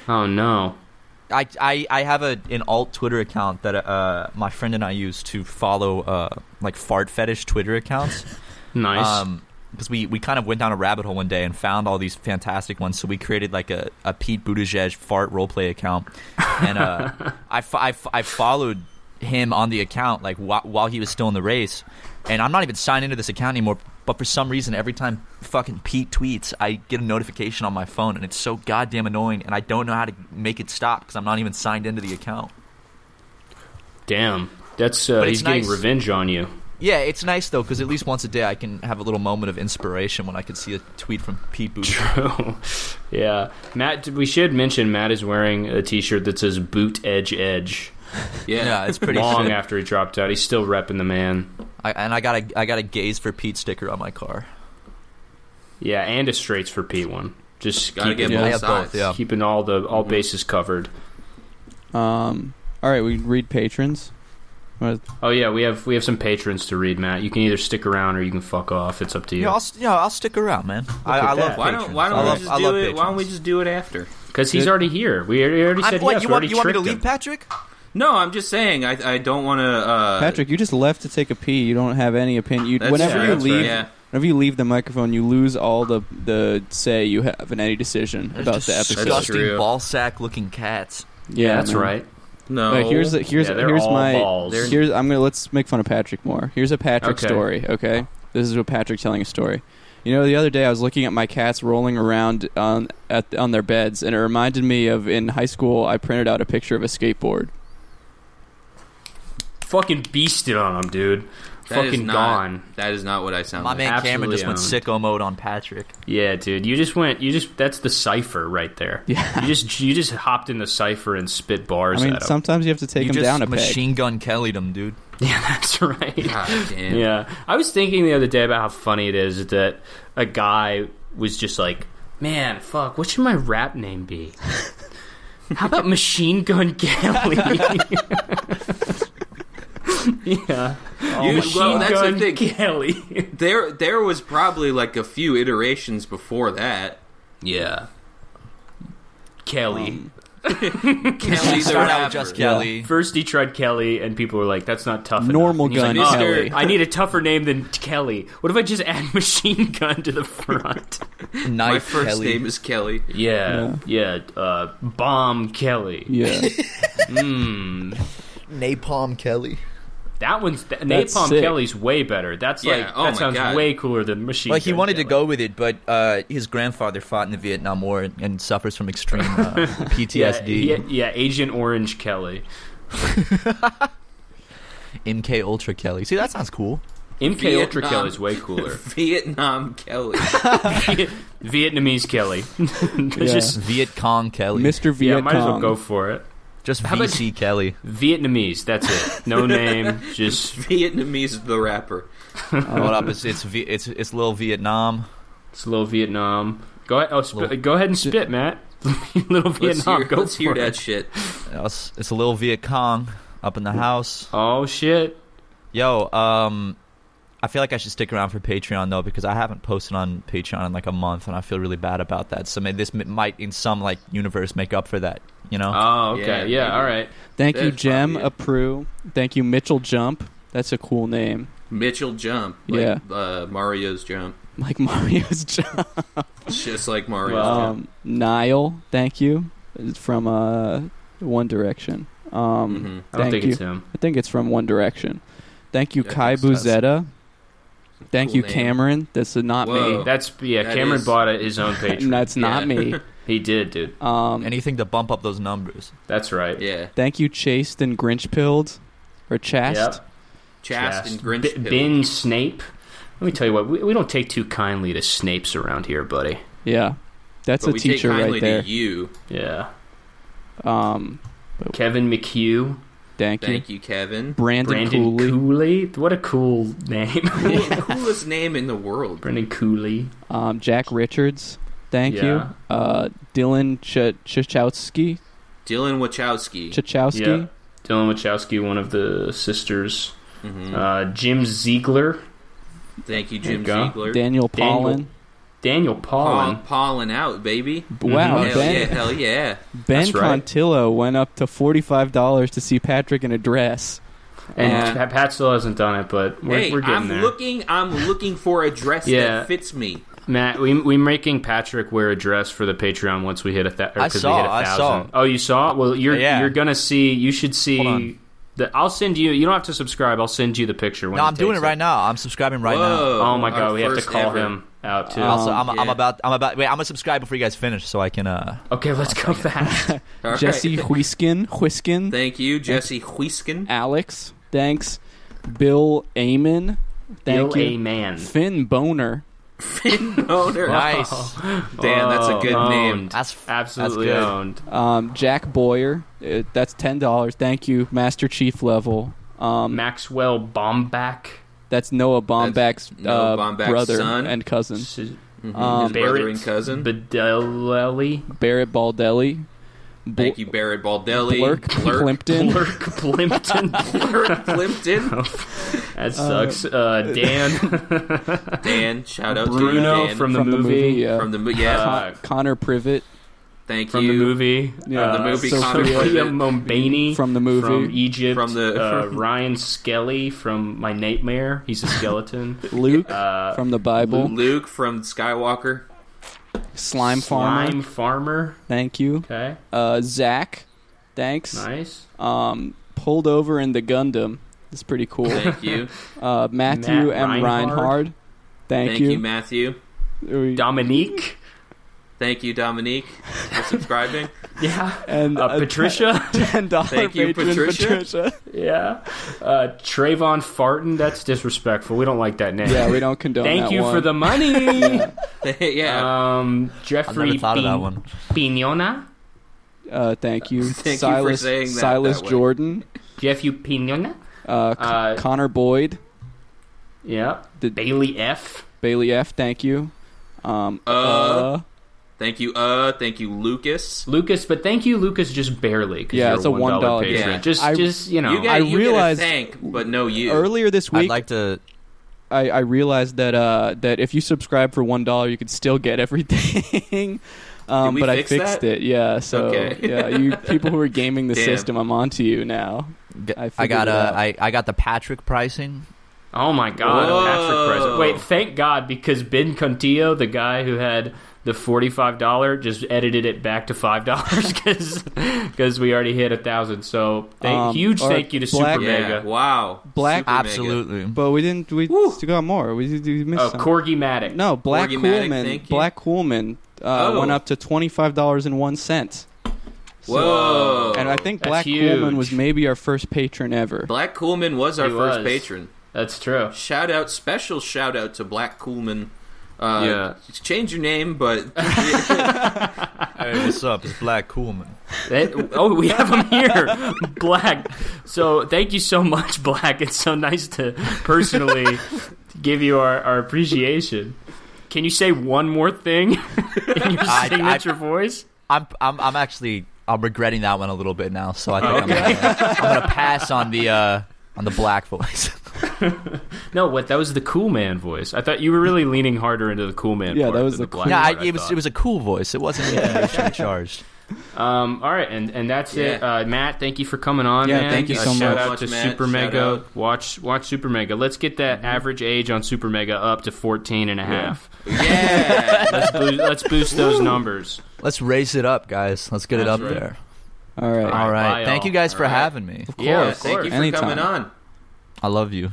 Oh no, I, I, I have a an alt Twitter account that uh, my friend and I use to follow uh, like fart fetish Twitter accounts. nice. Um, because we, we kind of went down a rabbit hole one day and found all these fantastic ones. So we created like a, a Pete Buttigieg fart roleplay account, and uh, I, fo- I, fo- I followed him on the account like wh- while he was still in the race, and I'm not even signed into this account anymore. But for some reason, every time fucking Pete tweets, I get a notification on my phone, and it's so goddamn annoying. And I don't know how to make it stop because I'm not even signed into the account. Damn, that's uh, but he's it's getting nice. revenge on you. Yeah, it's nice though because at least once a day I can have a little moment of inspiration when I can see a tweet from Pete Boo. True. yeah, Matt. We should mention Matt is wearing a T-shirt that says "Boot Edge Edge." Yeah. Yeah, it's pretty long sick. after he dropped out, he's still repping the man. I, and I got a I got a gaze for Pete sticker on my car. Yeah, and a straights for P one. Just Gotta keeping, get Yeah, I both have both, sides. yeah. keeping all the all Mm-hmm. bases covered. Um, all right, we read patrons. Uh, What- Oh yeah, we have we have some patrons to read, Matt. You can either stick around or you can fuck off. It's up to Yeah, you. I'll, s- yeah, I'll stick around, man. I, at I that. love Why don't patrons. Why don't I we love, just I do love it? Why don't patrons. we just do it after? Because he's already here. We already I'm, said what, yes. you we want, already you want me to tricked leave, him. Patrick? No, I'm just saying. I I don't want to. Uh, Patrick, you just left to take a pee. You don't have any opinion. You, That's- whenever yeah, you that's right. leave, Yeah. whenever you leave the microphone, you lose all the the say you have in any decision about Just the episode. That's Disgusting true. ball sack looking cats. Yeah, that's Mm-hmm. man. right. No. All right, here's the, here's Yeah, they're here's all my balls. They're- here's I'm gonna let's make fun of Patrick more. Here's a Patrick Okay. story. Okay, this is what Patrick telling a story. You know, the other day I was looking at my cats rolling around on at on their beds, and it reminded me of in high school I printed out a picture of a skateboard. Fucking beasted on him, dude. That is Fucking not- gone. That is not what I sound My like. man Cameron absolutely just went owned. sicko mode on Patrick. Yeah, dude, you just went. You just that's the cipher right there. Yeah. you just you just hopped in the cipher and spit bars I mean, at him. sometimes you have to you take them just down a peg. machine gun Kelly'd him, dude. yeah, that's right. God damn. Yeah. I was thinking the other day about how funny it is that a guy was just like, man, fuck, what should my rap name be? How about Machine Gun Kelly? yeah. You- Oh, Machine well, that's Gun the thing. Kelly. There, there was probably like a few iterations before that. yeah. Kelly. Kelly the Start out rapper. with just Kelly. First, he tried Kelly, and people were like, "That's not tough." enough." Normal And he's gun like, "Oh, Kelly. I need a tougher name than Kelly. What if I just add machine gun to the front? Knife My first Kelly. name is Kelly. yeah, yeah. Uh, bomb Kelly. Yeah, Napalm Kelly. That one's th- That's Napalm sick. Kelly's way better. That's Yeah, like oh that my sounds God. way cooler than machine. Like he Gun wanted to Kelly. go with it, but uh, his grandfather fought in the Vietnam War and, and suffers from extreme uh, Yeah, PTSD. yeah, yeah, Agent Orange Kelly. MK Ultra Kelly. See, that sounds cool. MK Ultra Vietnam. Kelly's way cooler. Vietnam Kelly. Vietnamese Kelly. Just Viet Cong Kelly. Mr. Viet yeah, might as well Cong. go for it. Just How about- VC Kelly. Vietnamese. That's it. No name. Just Vietnamese the rapper. Hold up, it's it's Vi- it's it's little Vietnam. It's a little Vietnam. Go ahead. Oh, sp- Little- go ahead and spit, Matt. little Let's Vietnam. hear, go let's for hear it. that shit. It's, it's a little Viet Cong up in the house. Oh shit. Yo, um, I feel like I should stick around for Patreon though because I haven't posted on Patreon in like a month, and I feel really bad about that. So maybe this m- might, in some like universe, make up for that. You know? Oh okay. Yeah, Yeah. maybe. all right. Thank you, That's Jem probably Apru. Thank you, Mitchell Jump. That's a cool name, Mitchell jump. Like, Yeah. Uh, Mario's jump. like Mario's jump. Just like Mario's jump. Um, Niall, thank you from uh, One Direction. Um, Mhm. I don't Thank think you. it's him. I think it's from One Direction. Thank you, Yeah, I Kai think so. Buzetta. Thank Cool you, name. Cameron. That's not Whoa. me. That's yeah. That Cameron is- bought it, his own Patreon. That's not Yeah. me. He did, dude. Um, Anything to bump up those numbers. That's right. Yeah. thank you, Chased and Grinchpilled, or Chast. Yep. Chast and Grinch. B- Pill. Ben Snape. Let me tell you what. We, we don't take too kindly to Snapes around here, buddy. Yeah, that's but a we teacher take kindly right there. to you. Yeah. Um, Kevin McHugh. thank, you, Thank you, Kevin. Brandon, Brandon Cooley. Cooley. What a cool name. Cool- coolest name in the world. Brandon Cooley. um, Jack Richards. Thank Yeah. you, uh, Dylan Ch- Chichowski. Dylan Wachowski. Chichowski. Yeah. Dylan Wachowski, one of the sisters. Mm. Uh, Jim Ziegler. Mm-hmm. Thank you, Jim There you go. Ziegler. Daniel Daniel Pollen. Daniel Paulin. Paul, Paulin out, baby. Wow, Hell Ben, yeah, hell yeah. Ben Mm-hmm. That's right. Contillo went up to forty-five dollars to see Patrick in a dress. and Yeah. Pat- Pat still hasn't done it, but we're, Oh, hey, we're getting I'm there. looking. I'm looking for a dress Yeah. that fits me. Matt, we we making Patrick wear a dress for the Patreon once we hit a thousand. I saw, We hit a I thousand. saw. Oh, you saw? Well, you're Yeah. you're gonna see. You should Hold see. on. The, I'll send you. You don't have to subscribe. I'll send you the picture. When No, he I'm doing it takes right now. I'm subscribing right Whoa, Oh my our god, we have to first call ever. him out too. now. Also, I'm, I'm yeah. about, I'm about. Wait, I'm gonna subscribe before you guys finish, so I can. uh okay, let's go fast. All right. Jesse Huiskin, Huiskin, Thank you, Jesse Huiskin. Alex, thanks. Bill Amon. Thank Bill you. Amen. Finn Boner. Boner. Nice. Damn, that's a good Oh, name. That's f- Absolutely that's good. owned. Um, Jack Boyer. Uh, that's ten dollars. Thank you, Master Chief level. Um, Maxwell Bomback. that's Noah Baumbach's Noah uh, Baumbach's brother son. and cousin Mm-hmm. His Um, brother Barrett and cousin. Bedelelli. Barrett Baldelli. Bl- Thank you, Barrett Baldelli. Blurk Plimpton. Blurk Plimpton. Blurk Plimpton. that sucks. Uh, Dan. Dan, shout out to you, Bruno Dan. from the from movie. yeah. From the mo- yeah. Uh, Connor Privet thank from you the movie. Yeah. From the movie, Connor Sophia Privet. Mombaini. From the movie. From Egypt. From the- uh, Ryan Skelly from My Nightmare. He's a skeleton. Luke Uh, from the Bible. Luke from Skywalker. Slime Farmer. Slime Farmer. Thank you, Okay. uh, Zach. Thanks. Nice. Um, pulled over in the Gundam. That's pretty cool. Thank you. Uh, Matthew Matt M. Reinhard. Reinhard. Thank, Thank you, Matthew. We- Dominique. Thank you, Dominique, for subscribing. Yeah. and Uh, a Patricia. ten dollar Thank you, patron, Patricia. Patricia. yeah. Uh, Trayvon Farton. That's disrespectful. We don't like that name. Yeah, we don't condone. Thank that you one. for the money. yeah. um, Jeffrey never thought of that Pin- one. Pinona. Uh, thank you, Thank you for Silas. saying that Silas that way. Jordan, Jeffrey Pinona. uh, C- Uh, Connor Boyd, Yeah. Did- Bailey F. Bailey F. Thank you. Um, Uh, uh, Thank you, uh. Thank you, Lucas. Lucas, but thank you, Lucas, just barely. 'cause Yeah, you're it's a $1 patron. Yeah. Just, I- just you know, You I get, you realized- get a thank, but no you. earlier this I'd week, like to. I, I realized that uh, that if you subscribe for one dollar, you could still get everything. Um, Did we but I fix fixed that? it. Yeah. So Okay. yeah, you people who are gaming the Damn. system, I'm onto you now. g- I I, figured got it uh, out. I, I got the Patrick pricing. oh my god, Whoa. a Patrick present. Wait, thank God because Ben Contillo, the guy who had the forty-five dollar, just edited it back to five dollars because we already hit a thousand. So thank, Um, huge or thank you to Black- Super yeah. Mega. Wow. Black- Super Mega. Absolutely. But we didn't. We Woo. still got more. We, we missed Oh, some. Corgi Matic. No, Black Orgamatic, Coolman. thank you. Black Coolman uh, Oh. went up to twenty five dollars and one cent. Whoa. and I think that's Black huge. Coolman was maybe our first patron ever. Black Coolman was our He first was. patron. that's true. Shout out, special shout out to Black Coolman. Uh, Yeah. Change your name, but Hey, what's up? It's Black Coolman. That- oh, we have him here, Black. So thank you so much, Black. It's so nice to personally give you our, our appreciation. Can you say one more thing in your I- I- signature voice? I'm, I'm, I'm actually I'm regretting that one a little bit now, so I think I'm, gonna, I'm gonna pass on the uh, on the black voice. No, what? That was the cool man voice. I thought you were really leaning harder into the cool man. Yeah, part that was than the cool- black no, part, I, it was thought. it was a cool voice. It wasn't anything charged. Um, all right, and, and that's it, Yeah. uh, Matt. Thank you for coming on. Yeah, man. thank you Uh, so shout much. out to Much, Matt. Super Shout Mega. out. Watch watch Super Mega. Let's get that Mm-hmm. average age on Super Mega up to 14 and a half. yeah. Let's, boo- let's boost those numbers. Let's raise it up, guys. Let's get it That's up right. there. All right. All right. Bye, Thank all. you guys for All right. having me. Of course. yeah, thank you for Anytime. coming on. I love you.